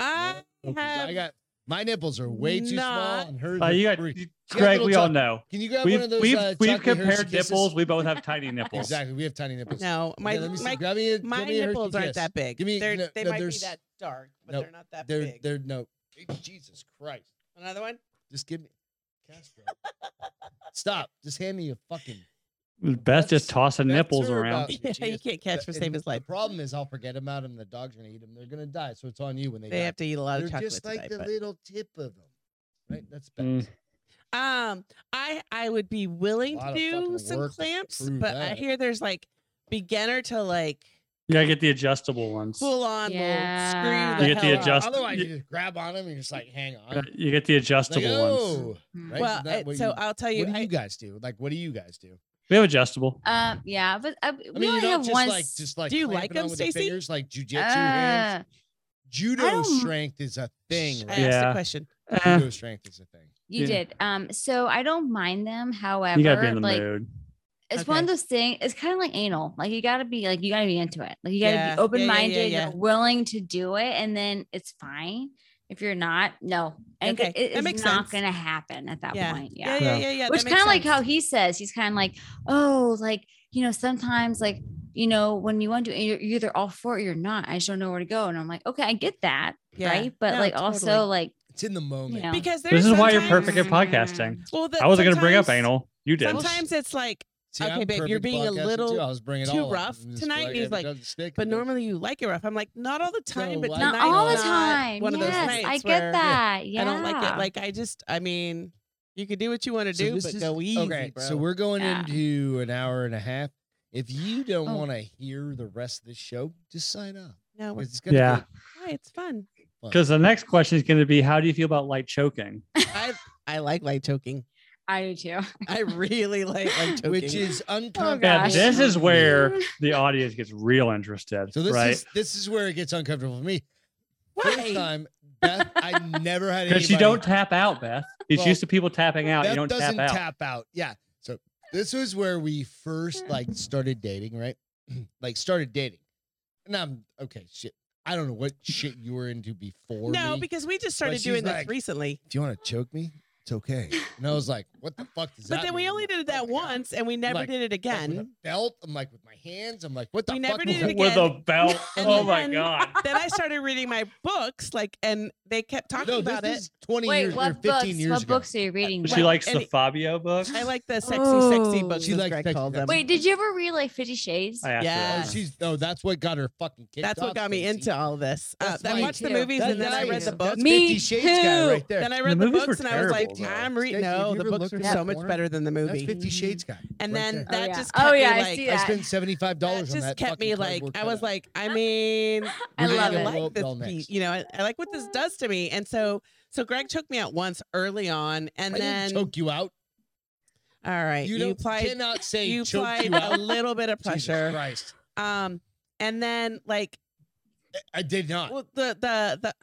I
I
have.
I got my nipples are way too
not-
small, and hers
Uh,
are
you got,
three.
you-
got
Greg.
little
We all
tuck-
know.
Can you grab
We've
one of those?
we've,
uh,
we've
chocolate Hershey
compared
kisses?
nipples. We both have tiny nipples.
Exactly. We have tiny nipples.
no, my
Yeah, let me see.
my,
Grab me a,
my
give me a Hershey
nipples aren't
kiss.
that big.
Give me-
they're,
no-
they
no,
might be
there's-
that dark, but
no,
they're not that
They're
big.
they're no. Jesus Christ.
Another one?
Just give me. Cash, bro. Stop. Just hand me a fucking.
Beth just tossing
That's
nipples
her
around.
about-
Yeah,
she
you
is-
can't catch for
and
save his life.
The problem is, I'll forget about them. The dogs are gonna eat them. They're gonna die. So it's on you when they,
They
die.
have to eat a lot
They're
of chocolate
just like
today,
the
but-
little tip of them, right? That's bad.
Mm.
Um, I I would be willing to
Lot of
do
fucking
some
work to
clamps,
prove
but I
that.
hear there's like beginner to like
You gotta get the adjustable ones.
full on
Yeah.
little screw.
You get the
hell out.
adjust-
Otherwise, you
you-
just grab on them and you're just like, hang on.
Uh, You get the
Like,
adjustable
oh,
ones.
Mhm.
right?
Well,
Isn't that
I-
what
so
you-
I'll tell you,
what do
I,
you guys do? Like, what do you guys do?
We have adjustable.
Um, yeah, but uh,
I
we
mean, you
only
don't
have
just
one.
like
s-
just like
Do you
clamp
like
it on
'em,
with the
Stacy? Ah.
fingers, like jujitsu hands.
uh,
Judo
don't-
strength is a thing.
I
Right?
asked a
Yeah.
question.
Eh,
Judo strength is a thing.
You
Yeah.
did. Um, so I don't mind them. However,
you gotta be in the
like
mood.
it's one of
Okay.
those things. It's kind of like anal. Like you gotta be like you gotta be into it. Like you gotta
Yeah. Yeah, yeah,
be
yeah,
open minded,
yeah.
willing to do it, and then it's fine. If you're not, no, and
Okay,
it- it-
that
it's
makes
not
sense.
gonna happen at that
Yeah.
point. Yeah.
Yeah, yeah, yeah,
Yeah.
yeah. that
Which
makes
kind of like how
sense.
he says he's kind of like, oh, like you know, sometimes like you know when you want to, you're you're either all for it or you're not. I just don't know where to go, and I'm like, okay, I get that,
Yeah.
right? But
No,
like
totally.
also like
It's in the moment.
Yeah.
because there's
This is why you're
sometimes-
perfect at podcasting.
Well, the,
I wasn't gonna bring up
sometimes-
anal. You did.
Sometimes it's like,
See,
Okay,
I'm
babe, you're
perfect
being a
podcaster,
little
too. I was bringing it
too
all up.
rough
I'm just
tonight, and he's
if it
like,
doesn't stick,
but
it doesn't-
normally you like it rough. I'm like, not all the time, but
why-
not
tonight
all the
was not
time.
One of those
yes,
nights
I get
where
that. Yeah,
I don't like it. Like I just, I mean, you could do what you want to
So
do,
this
but
is-
go easy,
okay,
bro.
so we're going
Yeah.
into an hour and a half. If you don't
Oh.
want to hear the rest of the show, just sign up.
no, we're
'cause It's gonna
Yeah.
get
Hi, it's fun.
fun.
Because the next question is going to be, how do you feel about light choking?
Oh
I I like light choking.
I do too.
I really like light choking.
which is
Oh
uncomfortable.
Yeah,
Gosh.
this is where the audience gets real interested,
So this
right?
is this is where it gets uncomfortable for me. First
why
time, Beth, I never had
Because
anybody.
you don't tap out, Beth. He's
Well,
used to people tapping out.
Beth
You don't tap
doesn't
out.
Yeah. So this was where we first
Hmm.
like started dating, right? like started dating, and I'm okay. Shit, I don't know what shit you were into before.
no,
me.
because we just started
she's
doing this
like-
recently.
if you want to choke me, it's okay. And I was like, what the fuck does that?
But then we
mean?
only
I'm like,
did
"Oh
that
my God."
once, and we never
Like,
did it
Like, with a
again.
belt. I'm like with my hands. I'm like, what the fuck?
We never
was
did it
that?"
With a
again.
belt.
And
oh my
then-
God.
then I started reading my books, like, and they kept talking
No,
about
this
it.
is 20
Wait,
years or
what
15
books?
years
What
ago.
books are you reading?
She
Well,
likes
and
the
it-
Fabio books.
I like the sexy, sexy
Oh.
books.
She
as
likes
Greg
sexy
called them.
sexy.
Wait, did you ever read like Fifty Shades?
I asked
Oh,
her
Yeah.
that.
she's no, that's what got her fucking kicked
That's
off,
what got me
Stacey.
into all this. Uh,
That's
I
mine
watched the
too.
movies,
That's
and then I read
nice.
the books.
That's
Me
50 Shades guy
too.
right there.
Then I read
The
the,
movies were
books, and I was like,
terrible, though.
I'm reading.
Stacey, have
No,
you
the
ever
books
looked
were
in
so
that
much
corner?
better than the
That's
movie.
50 Shades guy.
And
right
then
there.
that
yeah.
just
Oh,
kept
yeah, I
me like
see
I
that.
spent $75
that
on
just
that.
kept me
fucking
like
cardboard
I was
cutout.
like, I mean,
I
We're
love
gonna
it.
go
like
Roll
this,
next.
piece, you know, I, I like what this does to me. And so, so Greg took me out once early on, and
I
then
didn't choke you out.
all right,
You,
you,
don't,
applied,
cannot say
you
choke
applied
you
a
out.
little bit of
Jesus
pressure.
Christ.
Um, and then like,
I did not.
well, the the the,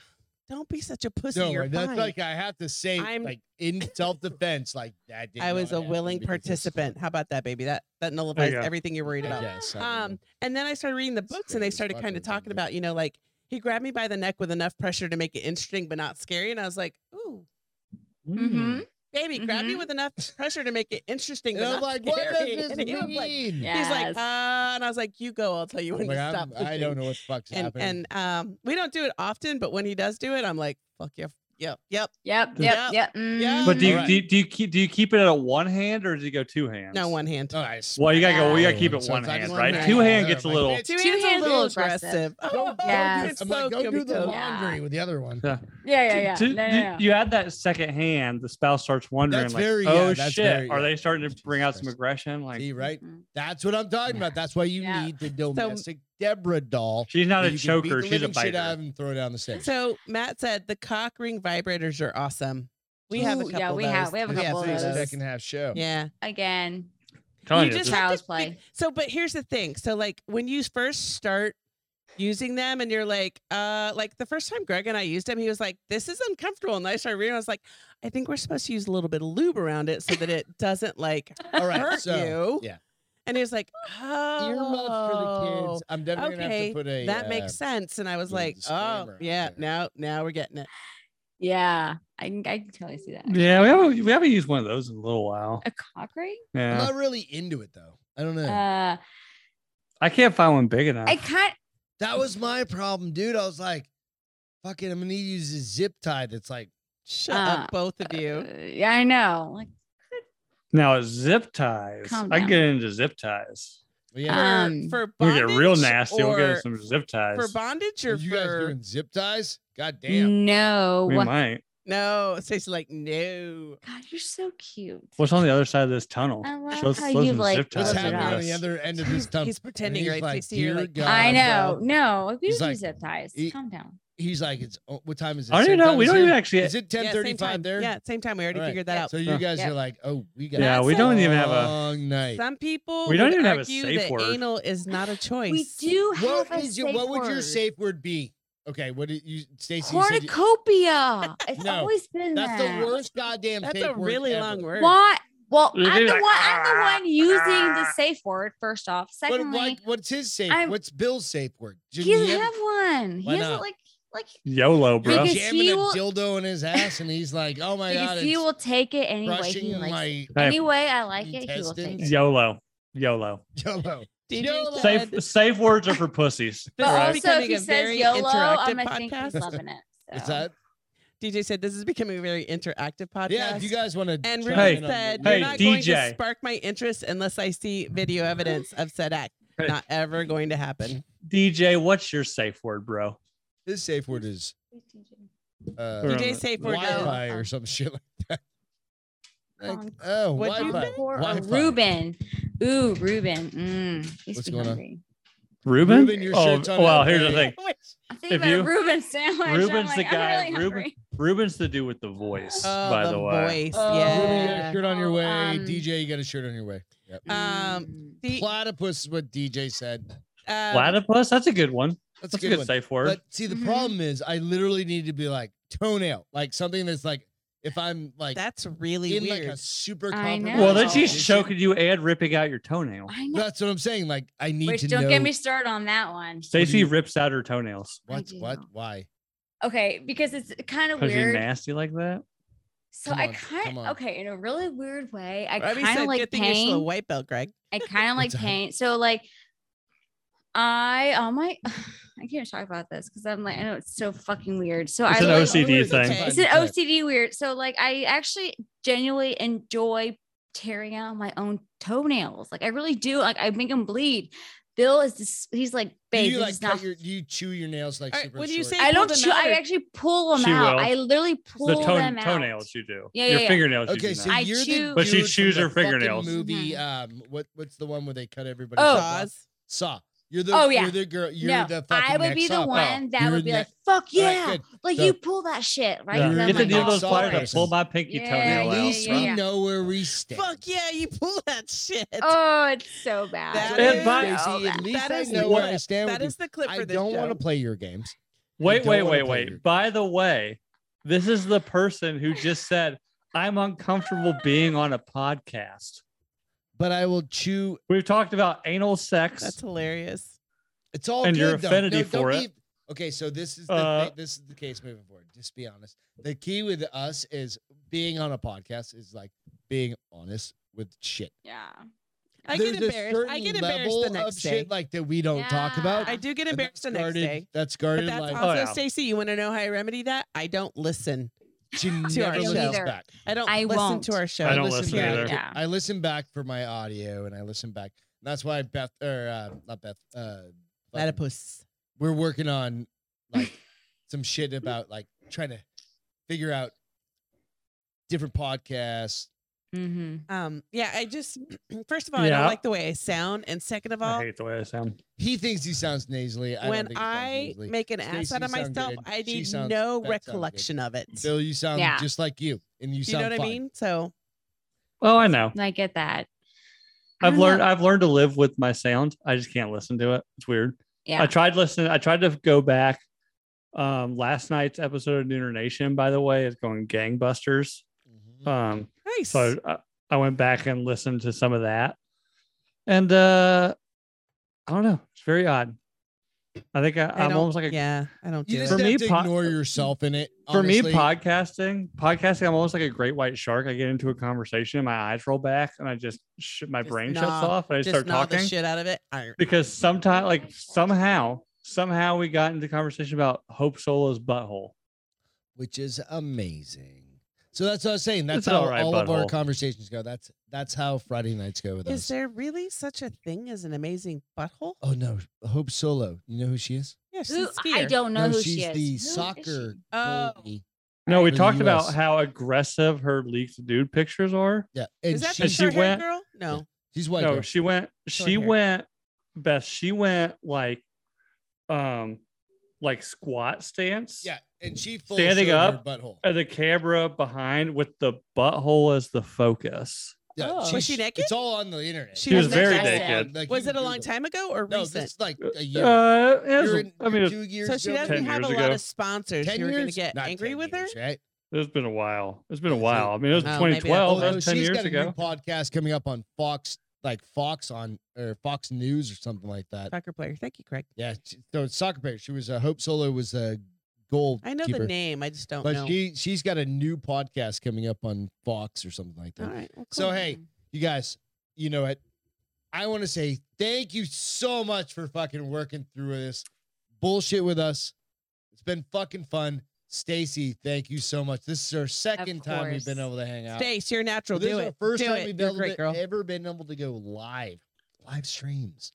don't be such a pussy.
no,
you're
and that's
fine.
like I have to say,
I'm-
like in self-defense, like that. Did
I was
not
a
happen
willing
because that's-
participant. How about that, baby? That that nullifies
go.
everything you're worried
I
about.
guess. I don't know.
Um, and then I started reading the books, and
scary
they
as
started
fuck
kind
when
of
it's on
talking
the-
about, you know, like he grabbed me by the neck with enough pressure to make it interesting but not scary, and I was like, "Ooh,
Mm-hmm.
baby, grab me
Mhm.
with enough pressure to make it interesting."
and
But
I'm
not
like, what does
scary."
this
And he was like,
mean?
Yeah.
He's like,
Yes.
uh, and I was like, "You go. I'll tell you when
Like,
to
I'm-
stop."
I don't
pushing."
know what the fuck's
And
happening.
and um, we don't do it often, but when he does do it, I'm like, "Fuck yeah, Yep. Yep.
Yep. Yep.
Yep.
Yep. Mm-hmm.
Yeah.
But do you,
Alright.
do, you, do you keep do you keep it at one hand or does it go two hands?
No one hand.
All right.
Well, you gotta go. Well, you
Yeah.
gotta keep it
So
one
it's like
hand,
one
right?
hand.
Two hand
Yeah,
gets a
like
little.
this.
Two
hands
hands
are
a little aggressive. Oh,
Go, go
Yeah.
do,
it's
I'm like,
so
go do the
chemical.
laundry with the other one.
Yeah.
Yeah. Yeah.
To-
No,
to-
no, no.
You add that second hand, the spouse starts wondering,
That's
like,
very-
"Oh
yeah, that's
shit,
very-
are
yeah.
they starting to bring out some
Jesus
aggression?" Like,
See, right?
Mhm.
That's what I'm talking about. That's why you
Yeah.
need the domestic Deborah doll.
she's not
that
a
you can beat
choker;
the
she's a
living Shit out of
biter.
and throw down the stairs.
So Matt said the cock ring vibrators are awesome. We have a
Ooh,
couple.
yeah, we
of
have-
those.
we have a couple of
This is the
those.
second half show.
Yeah.
Again,
Telling
You
you,
just-
this-
child's
think-
play.
So, but here's the thing. So, like when you first start using them, and you're like, uh, like the first time Greg and I used them, he was like, "This is uncomfortable," and I started reading. I was like, "I think we're supposed to use a little bit of lube around it so that it doesn't like
All right.
hurt
So
you."
yeah.
And he was like, "Oh,
earmuffs for the kids. I'm definitely gonna have
okay,
to put a
that
uh,
makes sense." And I was
little
like, "Oh,
disclaimer out
yeah.
there.
Now, now we're getting it."
Yeah. I can, I can totally see that.
yeah, we haven't we haven't used one of those in a little while.
A cock ring?
I'm
Yeah,
not really into it though. I don't know.
Uh,
I can't find one big enough.
I kind
that was my problem, dude. I was like, fucking, I'm gonna need to use a zip tie that's like
Shut
Uh,
up, both of you.
uh, yeah, I know. Like,
now zip ties.
Calm
I
down.
can get into zip ties.
yeah.
Uh,
Um,
Um,
for
We
bondage
get real nasty. We'll get
or-
some zip ties.
for bondage
Are
or
you guys
for Mm,
doing zip ties? God damn.
no.
we might.
no. Stacy's like no.
God, you're so cute.
What's on the other side of this tunnel?
I love
Show us-
how
show us
you,
some
like,
zip
What's
Look
ties
it
happening
on
on the
this.
other end of this
He's,
tunnel?
he's pretending,
he's
right?
like,
Stacy, you're
"Dear
like,
God,
I know.
bro.
No, we
He's
don't
like,
use zip ties.
he-
Calm down.
He's like, it's oh, what time is it?
I don't even
Same
know.
time
We
as
don't
here?
even actually.
Is it
Yeah, same
10:35
time.
there?
Yeah, same time. We already
Alright,
figured that out.
So you
Uh,
guys
yeah.
are like, oh, we got
Yeah,
a
we don't even have a.
long night.
Some people
We don't
would
even have a
argue
safe
that
word.
Anal is not a choice.
We do have
What
a
is your what would your
word.
safe word be? Okay, what did you, Stacy? You said you-
Cornucopia. It's
No,
always been
that's
that.
the worst goddamn.
That's
safe
a
word
really
ever.
long word.
Why? Well, I'm
You're
the one.
doing like,
I'm the one using the
"Ah."
safe word. First off,
What,
secondly,
what, what's his safe?
I'm-
what's Bill's safe word? Did
he doesn't
you
have one.
Why
he doesn't
not?
like like.
YOLO,
you're
bro.
Because
jamming
he
a
will-
dildo in his ass, and he's like, "Oh my god,
because
it's
he will take it any way
crushing
he likes.
my
Hey.
any way I like it, he will take
intestines.
it.
YOLO. YOLO.
dildo."
DJ
YOLO.
said-
Safe safe words are for pussies.
This
But
is
right?
also, if
becoming
he
a
says
very
YOLO,
interactive
I'm gonna think he's
podcast.
loving it. So.
Is that?
DJ said this is becoming a very interactive podcast.
Yeah, if you guys want to.
and
chime
Ruben
Hey,
in on
said,
the
hey,
"You're not
word-
going to
DJ.
spark my interest unless I see video evidence of said act.
Hey.
Not ever going to happen."
DJ, what's your safe word, bro?
his safe word is uh,
Or-
DJ safe word. no.
Oh.
Wi-Fi or some shit like that. Like,
Conk.
oh,
What'd you
Wi-Fi.
say?
Or
Wi-Fi.
uh, Ruben. Ooh, Ruben. Mm, he's
What's
too
going on?
hungry.
Ruben?
Ruben, your
oh,
shirt's on
well,
out
here's the
there.
thing.
I'm thinking
If
about
you-
a Reuben sandwich. I'm
Ruben's the
like, I'm
guy-
Really
Reuben-
hungry.
Ruben's to do with the voice,
Oh,
by the, way.
voice.
Oh.
Ruben, you got a
yeah.
shirt on your
Oh,
way.
um,
DJ, you got a shirt on your way. Yep.
Um, The-
Platypus is what DJ said.
um,
Platypus? That's a good one.
That's,
That's a good, safe word.
But see, the
Mhm.
problem is, I literally need to be like toenail, like something that's like, if I'm like
That's really
in
weird.
like a super
I
compromised
well, then
No.
she's
position-
choking you and ripping out your toenail.
I know.
That's what I'm saying. Like, I need
Which
to
don't
know
get me started on that one.
Stacy
you-
rips out her toenails.
I
what,
do
what,
know.
why.
Okay, because it's kind of
Because you're
weird.
nasty like that.
So
Come
I
on,
kind
come on.
of okay in a really weird way. I
Robbie
kind of
said,
like
"Good thing you're still a
pain.
white belt, Greg."
I kind of like
It's all right.
pain. So like, I oh my, I can't talk about this because I'm like I know it's so fucking weird. So
It's
I
an
like,
OCD
It's
thing.
fine.
It's an
Okay.
OCD weird. So like I actually genuinely enjoy tearing out my own toenails. Like I really do. Like I make them bleed. Bill is this, he's like,
Do
babe,
you
this
like
is
cut
not.
your, do you chew your nails like
All right,
super
what do you
short?
say?
I don't
pull them
chew.
out
I
or-
actually pull them
She
out.
will.
I literally pull
The
them
toe-
out.
toenails you do.
Yeah,
your
yeah, yeah.
fingernails you
Okay,
do
so
not.
I
you're the
chew-
But she
dude from
chews
the
her
fucking
fingernails.
Movie,
Mhm.
um, what what's the one where they cut everybody?
Oh.
Jaws.
Saw. You're the.
Oh, yeah.
You're the girl. You're
No,
the. Fucking
I would
next
be the
Saw.
one that
You're
would be
ne-
like, fuck
All right,
yeah.
good.
Like
So-
you pull that shit, right?
Yeah.
And
You're
I'm
Get the
like,
deal
oh,
those
saw
pliers
person.
to pull my pinky
Yeah,
toenail
At
yeah,
out.
least
bro.
we
yeah.
know where we stand.
Fuck yeah, you pull that shit.
Oh, it's so bad.
That
It
is-
might-
Stacy,
Oh,
at
that-
least
that
I
is
know
the
where I
clip.
stand
that
with
is the clip
you.
for
I
this
don't want
show.
to play your games.
Wait,
don't
wait,
wanna
wait,
play your-
wait. By the way, this is the person who just said, I'm uncomfortable being on a podcast.
But I will chew.
We've talked about anal sex.
That's hilarious.
It's all
And
good,
your
though.
affinity
No, don't
for
be-
it.
Okay, so this is the
Uh,
thi- this is the case moving forward. Just be honest. The key with us is being on a podcast is like being honest with shit.
Yeah.
I
There's
get
a
embarrassed. I
certain
get embarrassed the
level
next
of
day.
shit like that we don't talk about.
Yeah.
I do get
and
embarrassed the
that's
next
guarded-
day.
That's
But
guarded
that's
like oh,
also,
yeah.
Stacy, you want to know how I remedy that? I don't listen.
to
our
never listen
show.
to back.
I don't
I
listen
won't.
to our show.
I don't
Listen
listen
to
either.
it.
Yeah.
I listen back for my audio, and I listen back. And that's why Beth or uh, not Beth. Uh, fucking-
Platypus.
we're working on like some shit about like trying to figure out different podcasts.
Mm-hmm.
Um, yeah, I just first of all, I
Yeah.
don't like the way I sound, and second of all,
I hate the way I sound.
He thinks he sounds nasally. I
when
don't think he sounds
I
nasally.
make an ass
Stacey,
out of
you sound
myself,
good.
I
She
need
sounds-
no
that sounds good.
recollection of it.
Bill, you sound
Yeah.
just like you, and you
you
sound
know what
fine.
I mean? So
Well, I know.
I get that. I
I've
don't
learned. uh,
know.
I've learned to live with my sound. I just can't listen to it. It's weird.
Yeah.
I tried listening. I tried to go back. Um, last night's episode of Nooner Nation, by the way, is going gangbusters.
Mhm.
Um,
nice.
so I, I went back and listened to some of that, and uh, I don't know. It's very odd. I think I,
I
I'm
don't-
almost like a
yeah, I don't
You
do
just
For
it.
have to
me, po-
ignore yourself in it.
For me,
honestly.
podcasting, podcasting, I'm almost like a great white shark. I get into a conversation, my eyes roll back, and I just sh- my
Just
brain shuts
nod-
off, and I
Just
start
gnaw
talking
the shit out of it. Arr.
because sometimes, like somehow, somehow we got into conversation about Hope Solo's butthole.
which is amazing. So that's what I was saying. That's
It's
how
all right,
all of our
butthole.
conversations go. That's that's how Friday nights go with
Is
us.
there really such a thing as an amazing butthole?
Oh no, Hope Solo. You know who she is?
Yeah, she's
Who,
a
I
skier.
don't know
no,
who
she's
she is.
the
Who is she?
soccer.
Oh.
goalie.
No, we
For the
talked about
US.
how aggressive her leaked nude pictures are.
Yeah, and
Is that the
she's,
she
short hair
went-
girl? No.
she's white.
no,
girl.
she went. She
hair.
went. Beth, she went like, um, like squat stance.
Yeah, and she full
Standing
showed her
up. Uh,
butthole.
and the camera behind with the butthole as the focus.
Yeah,
Oh.
Was she
she's-
naked?
It's all on the internet.
She She was was
very
It's all
naked.
on, like,
um, Was
you
it a
can
long
Google
time ago or
No,
recent?
this is like a year.
Uh, it was-
You're in-
I mean,
you're
it's,
two years
So she
ago,
doesn't
10
have a
years
lot
ago.
of sponsors.
Ten
you were going to
years?
get
Not
angry
10
with her?
years, right?
it's been a while. It's been a
Yeah, so-
while. I mean, it was
Oh, maybe I-
Oh,
2012. That
no,
was 10
she's
years
got a new
ago.
podcast coming up on Fox, like Fox on or Fox News or something like that.
Soccer player. Thank you, Craig.
Yeah, she- so it's soccer player. She was a Hope Solo was a goal.
I know
keeper.
the name. I just don't
but
know.
she she's got a new podcast coming up on Fox or something like
All
that.
right. well,
So
Oh, cool.
hey, you guys, you know what? I want to say thank you so much for fucking working through this bullshit with us. It's been fucking fun. Stacy, thank you so much. This is our second time we've been
course.
able to hang out.
Stace, you're natural.
this
Do
is
it.
our first
Do
time
it.
we've been
You're
able
great,
to-
girl.
ever been able to go live, live streams.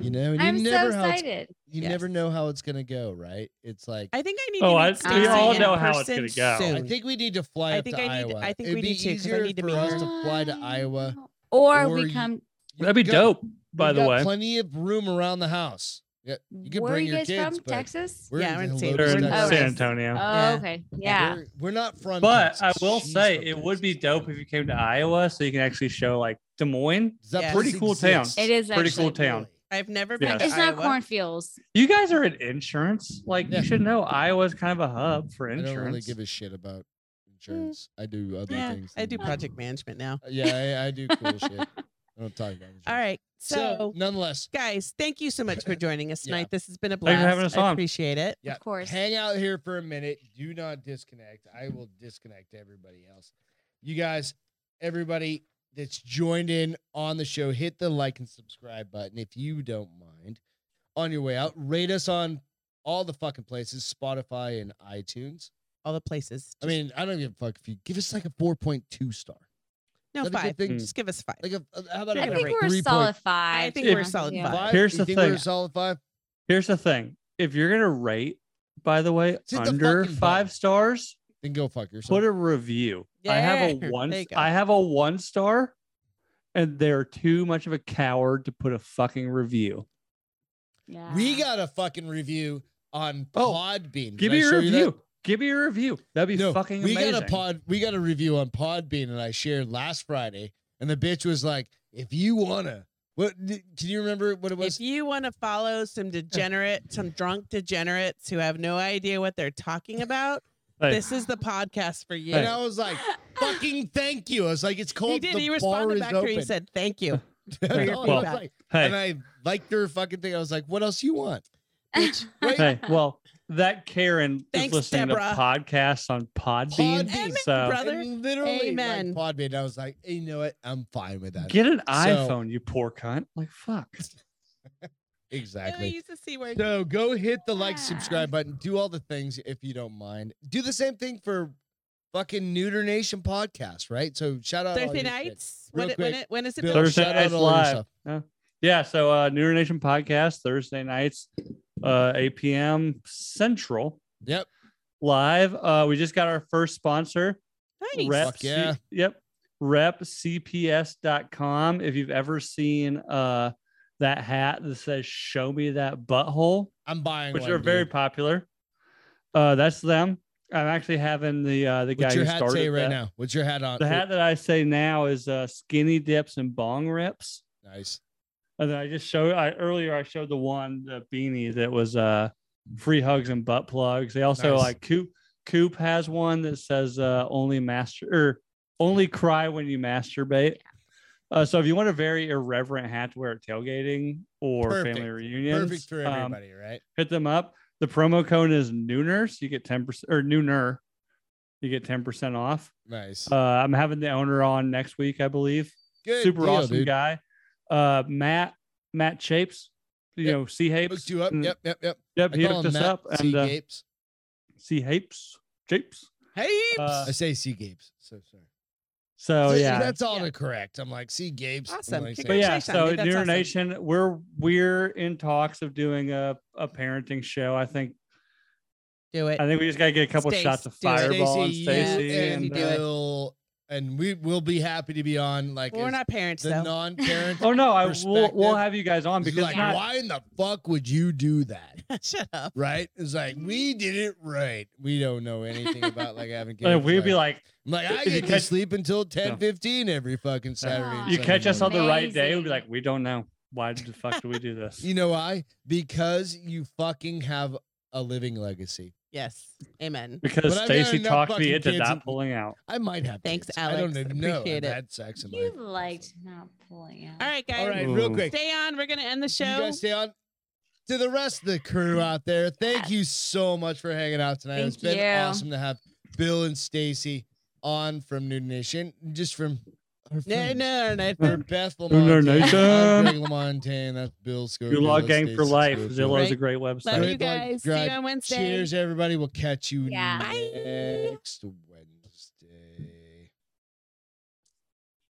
You know, and you
I'm so
never how it's-
excited.
you
Yes.
never know how it's gonna go, right? It's like
I think I need.
Oh,
to
I-
meet
we
Stacy
all
in
know
how it's
person
gonna go.
I
soon.
think we need to fly
I
up
think
to
I need to-
Iowa.
I think
It'd
we
be
need to, 'cause I
easier
need to
for
meet
us
her.
to fly to Iowa.
Or,
or
we
you-
come.
That'd be
Go-
dope, by
We've
the
got
way.
Plenty of room around the house. Yeah, you could
where are
bring
you
your
guys
kids.
from?
but
Texas?
We're
Yeah, we're in
in
San-
San
They're in
Oh,
San
yes.
Antonio.
Oh,
Yeah.
okay. Yeah.
We're, we're not from.
but I
Texas.
will
She's
say
from
it would be
Texas.
dope if you came to Iowa so you can actually show like Des Moines.
Does that
Yeah.
Pretty
place
cool town.
exist?
It is
Pretty
actually.
cool town.
I've never
Yeah.
been. to
It's not
Iowa.
cornfields.
You guys are in insurance. Like
Yeah.
you should know Iowa's kind of a hub for
I don't really
insurance.
give a shit about insurance. I do other
Yeah,
things.
I
than
do
insurance.
project management now.
Yeah, I, I do cool shit. I don't talk about. Insurance.
All right. So,
nonetheless,
guys, thank you so much for joining us
Yeah.
tonight. This has been a blast.
Thanks for having us
I
on.
appreciate it.
yeah,
Of course.
hang out here for a minute. Do not disconnect. I will disconnect everybody else. You guys, everybody that's joined in on the show, hit the like and subscribe button if you don't mind. On your way out, rate us on all the fucking places, Spotify and iTunes.
All the places.
I mean, I don't give a fuck if you give us like a four point two star.
no
that'd be a
five. Hmm.
good
Hmm.
thing.
Just give us five.
Like a how about
I
a
think
rate
we're
three
a solid five.
I think
If-
we're a solid
Yeah.
five.
five?
Here's
You
the
think we're a
thing.
solid five.
Here's the thing. If you're gonna rate, by the way,
Hit the
under
fucking
five
button.
stars,
Then go fuck yourself.
put a review. I have
Yeah,
a one.
there you go.
I have a one star, and they're too much of a coward to put a fucking review.
Yeah.
We got a fucking review on
Oh,
Podbean. Did
Give
I
me
show
your
you that?
review. Give me your review. That'd be
No,
fucking
we
amazing.
got a pod. We got a review on Podbean, and I shared last Friday. And the bitch was like, "If you wanna, what d- can you remember what it
If
was?
you want to follow some degenerate, some drunk degenerates who have no idea what they're talking about,
Hey,
this is the podcast for you.
and I was like, "Fucking thank you." I was like, "It's
he
called
did.
the
he
bar
responded
is
back to her.
open."
He said, "Thank you."
And
your
I was
feedback.
like-
hey,
And I liked her fucking thing. I was like, "What else you want?" Right?
hey, well, that Karen
Thanks,
is listening
Deborah.
to podcasts on Podbean.
Podbean,
so
brother.
And literally,
Amen.
Like Podbean. I was like, "You know what? I'm fine with that."
get an
So-
iPhone, you poor cunt. Like fuck.
exactly.
use the c word.
So go hit the like,
Yeah.
subscribe button, do all the things if you don't mind. Do the same thing for fucking Neuter Nation podcast, right? So shout out all
Thursday
your shit.
nights.
Real
When, it, when,
quick,
it, when is it?
Bill,
Bill?
Thursday
shout out
Nights
all your
Live.
stuff.
Yeah, so uh Newer Nation podcast Thursday nights, uh 8 p.m. Central
Yep.
live. Uh we just got our first sponsor,
Nice.
Rep.
Fuck yeah.
C- yep. Repcps.com. If you've ever seen uh that hat that says show me that butthole,
I'm buying
which
one,
are very
dude.
popular. Uh that's them. I'm actually having the uh the
What's
guy
your
who
hat
started
say right
that.
now? What's your hat on?
The hat that I say now is uh skinny dips and bong rips.
Nice.
And then I just showed I earlier I showed the one the beanie that was uh free hugs and butt plugs. They also
Nice.
like Coop Coop has one that says uh only master or only cry when you masturbate. Uh, so if you want a very irreverent hat to wear at tailgating or
Perfect.
family reunions,
Perfect for
um,
everybody, right?
hit them up. The promo code is Nooners. You get ten percent or Nooner. You get ten percent off.
Nice.
Uh, I'm having the owner on next week, I believe
Good
super
deal,
awesome
dude.
guy. Uh, Matt Matt Chapes, you
Yep.
know C Hapes.
Hooked you up.
and-
Yep, yep, yep.
yep,
I
Mm. he
call
hooked
him
us
Matt
up
C.
and uh,
Gapes.
C Hapes Japes.
Hey.
Uh,
I say C. Gapes. So sorry.
So
So
yeah,
that's all
Yeah.
the correct. I'm like C. Gapes. I'm
Awesome.
like,
Kick
but
saying-
yeah.
Congratulations,
So
dude, that's
Newer
awesome.
Nation, we're we're in talks of doing a a parenting show. I think
Do it.
I think we just gotta get a couple
Stace,
shots of
do it.
Fireball
Stacey,
and
you
Stacy.
yeah,
and
and,
do it.
uh,
Bill, and we will be happy to be on. Like,
We're
as
not parents
the
though.
non-parent.
oh no, I we'll,
perspective.
we'll have you guys on
It's
because
like,
not-
why in the fuck would you do that?
Shut up.
Right? It's like we did it right. We don't know anything about like having kids.
uh, we'd be
right?
like
I'm like, I
if you
get to
catch-
sleep until ten
No.
fifteen every fucking Saturday. and
Aw.
you
Sunday
catch us on
morning.
the right day. We'd be
Amazing.
like, we don't know why the fuck do we do this?
You know why? Because you fucking have a living legacy.
Yes. Amen.
Because
But I've got
Stacy
enough
talked me
fucking
into
kids
not
and-
pulling out.
I might have.
Thanks,
kids. I
Alex.
don't even know.
Appreciate
I've
it.
had sex in my
You liked not pulling out.
All right, guys.
All right,
Ooh.
real quick.
Stay on. We're gonna end the show.
You guys stay on. To the rest of the crew out there, thank you so much for hanging out tonight. it's
Thank
been
you.
awesome to have Bill and Stacy on from New Nation, just from our
no,
friends.
no, no,
For
no.
Beth
Lunar
Lamontagne. I'm Greg
Nation.
Lamontagne. That's Bill Scott.
Good luck, gang for life. Zillow is a
Right.
great
Love
website.
you
Great luck,
guys. See you
drive.
on Wednesday.
Cheers, everybody. We'll catch you
Yeah.
Bye.
next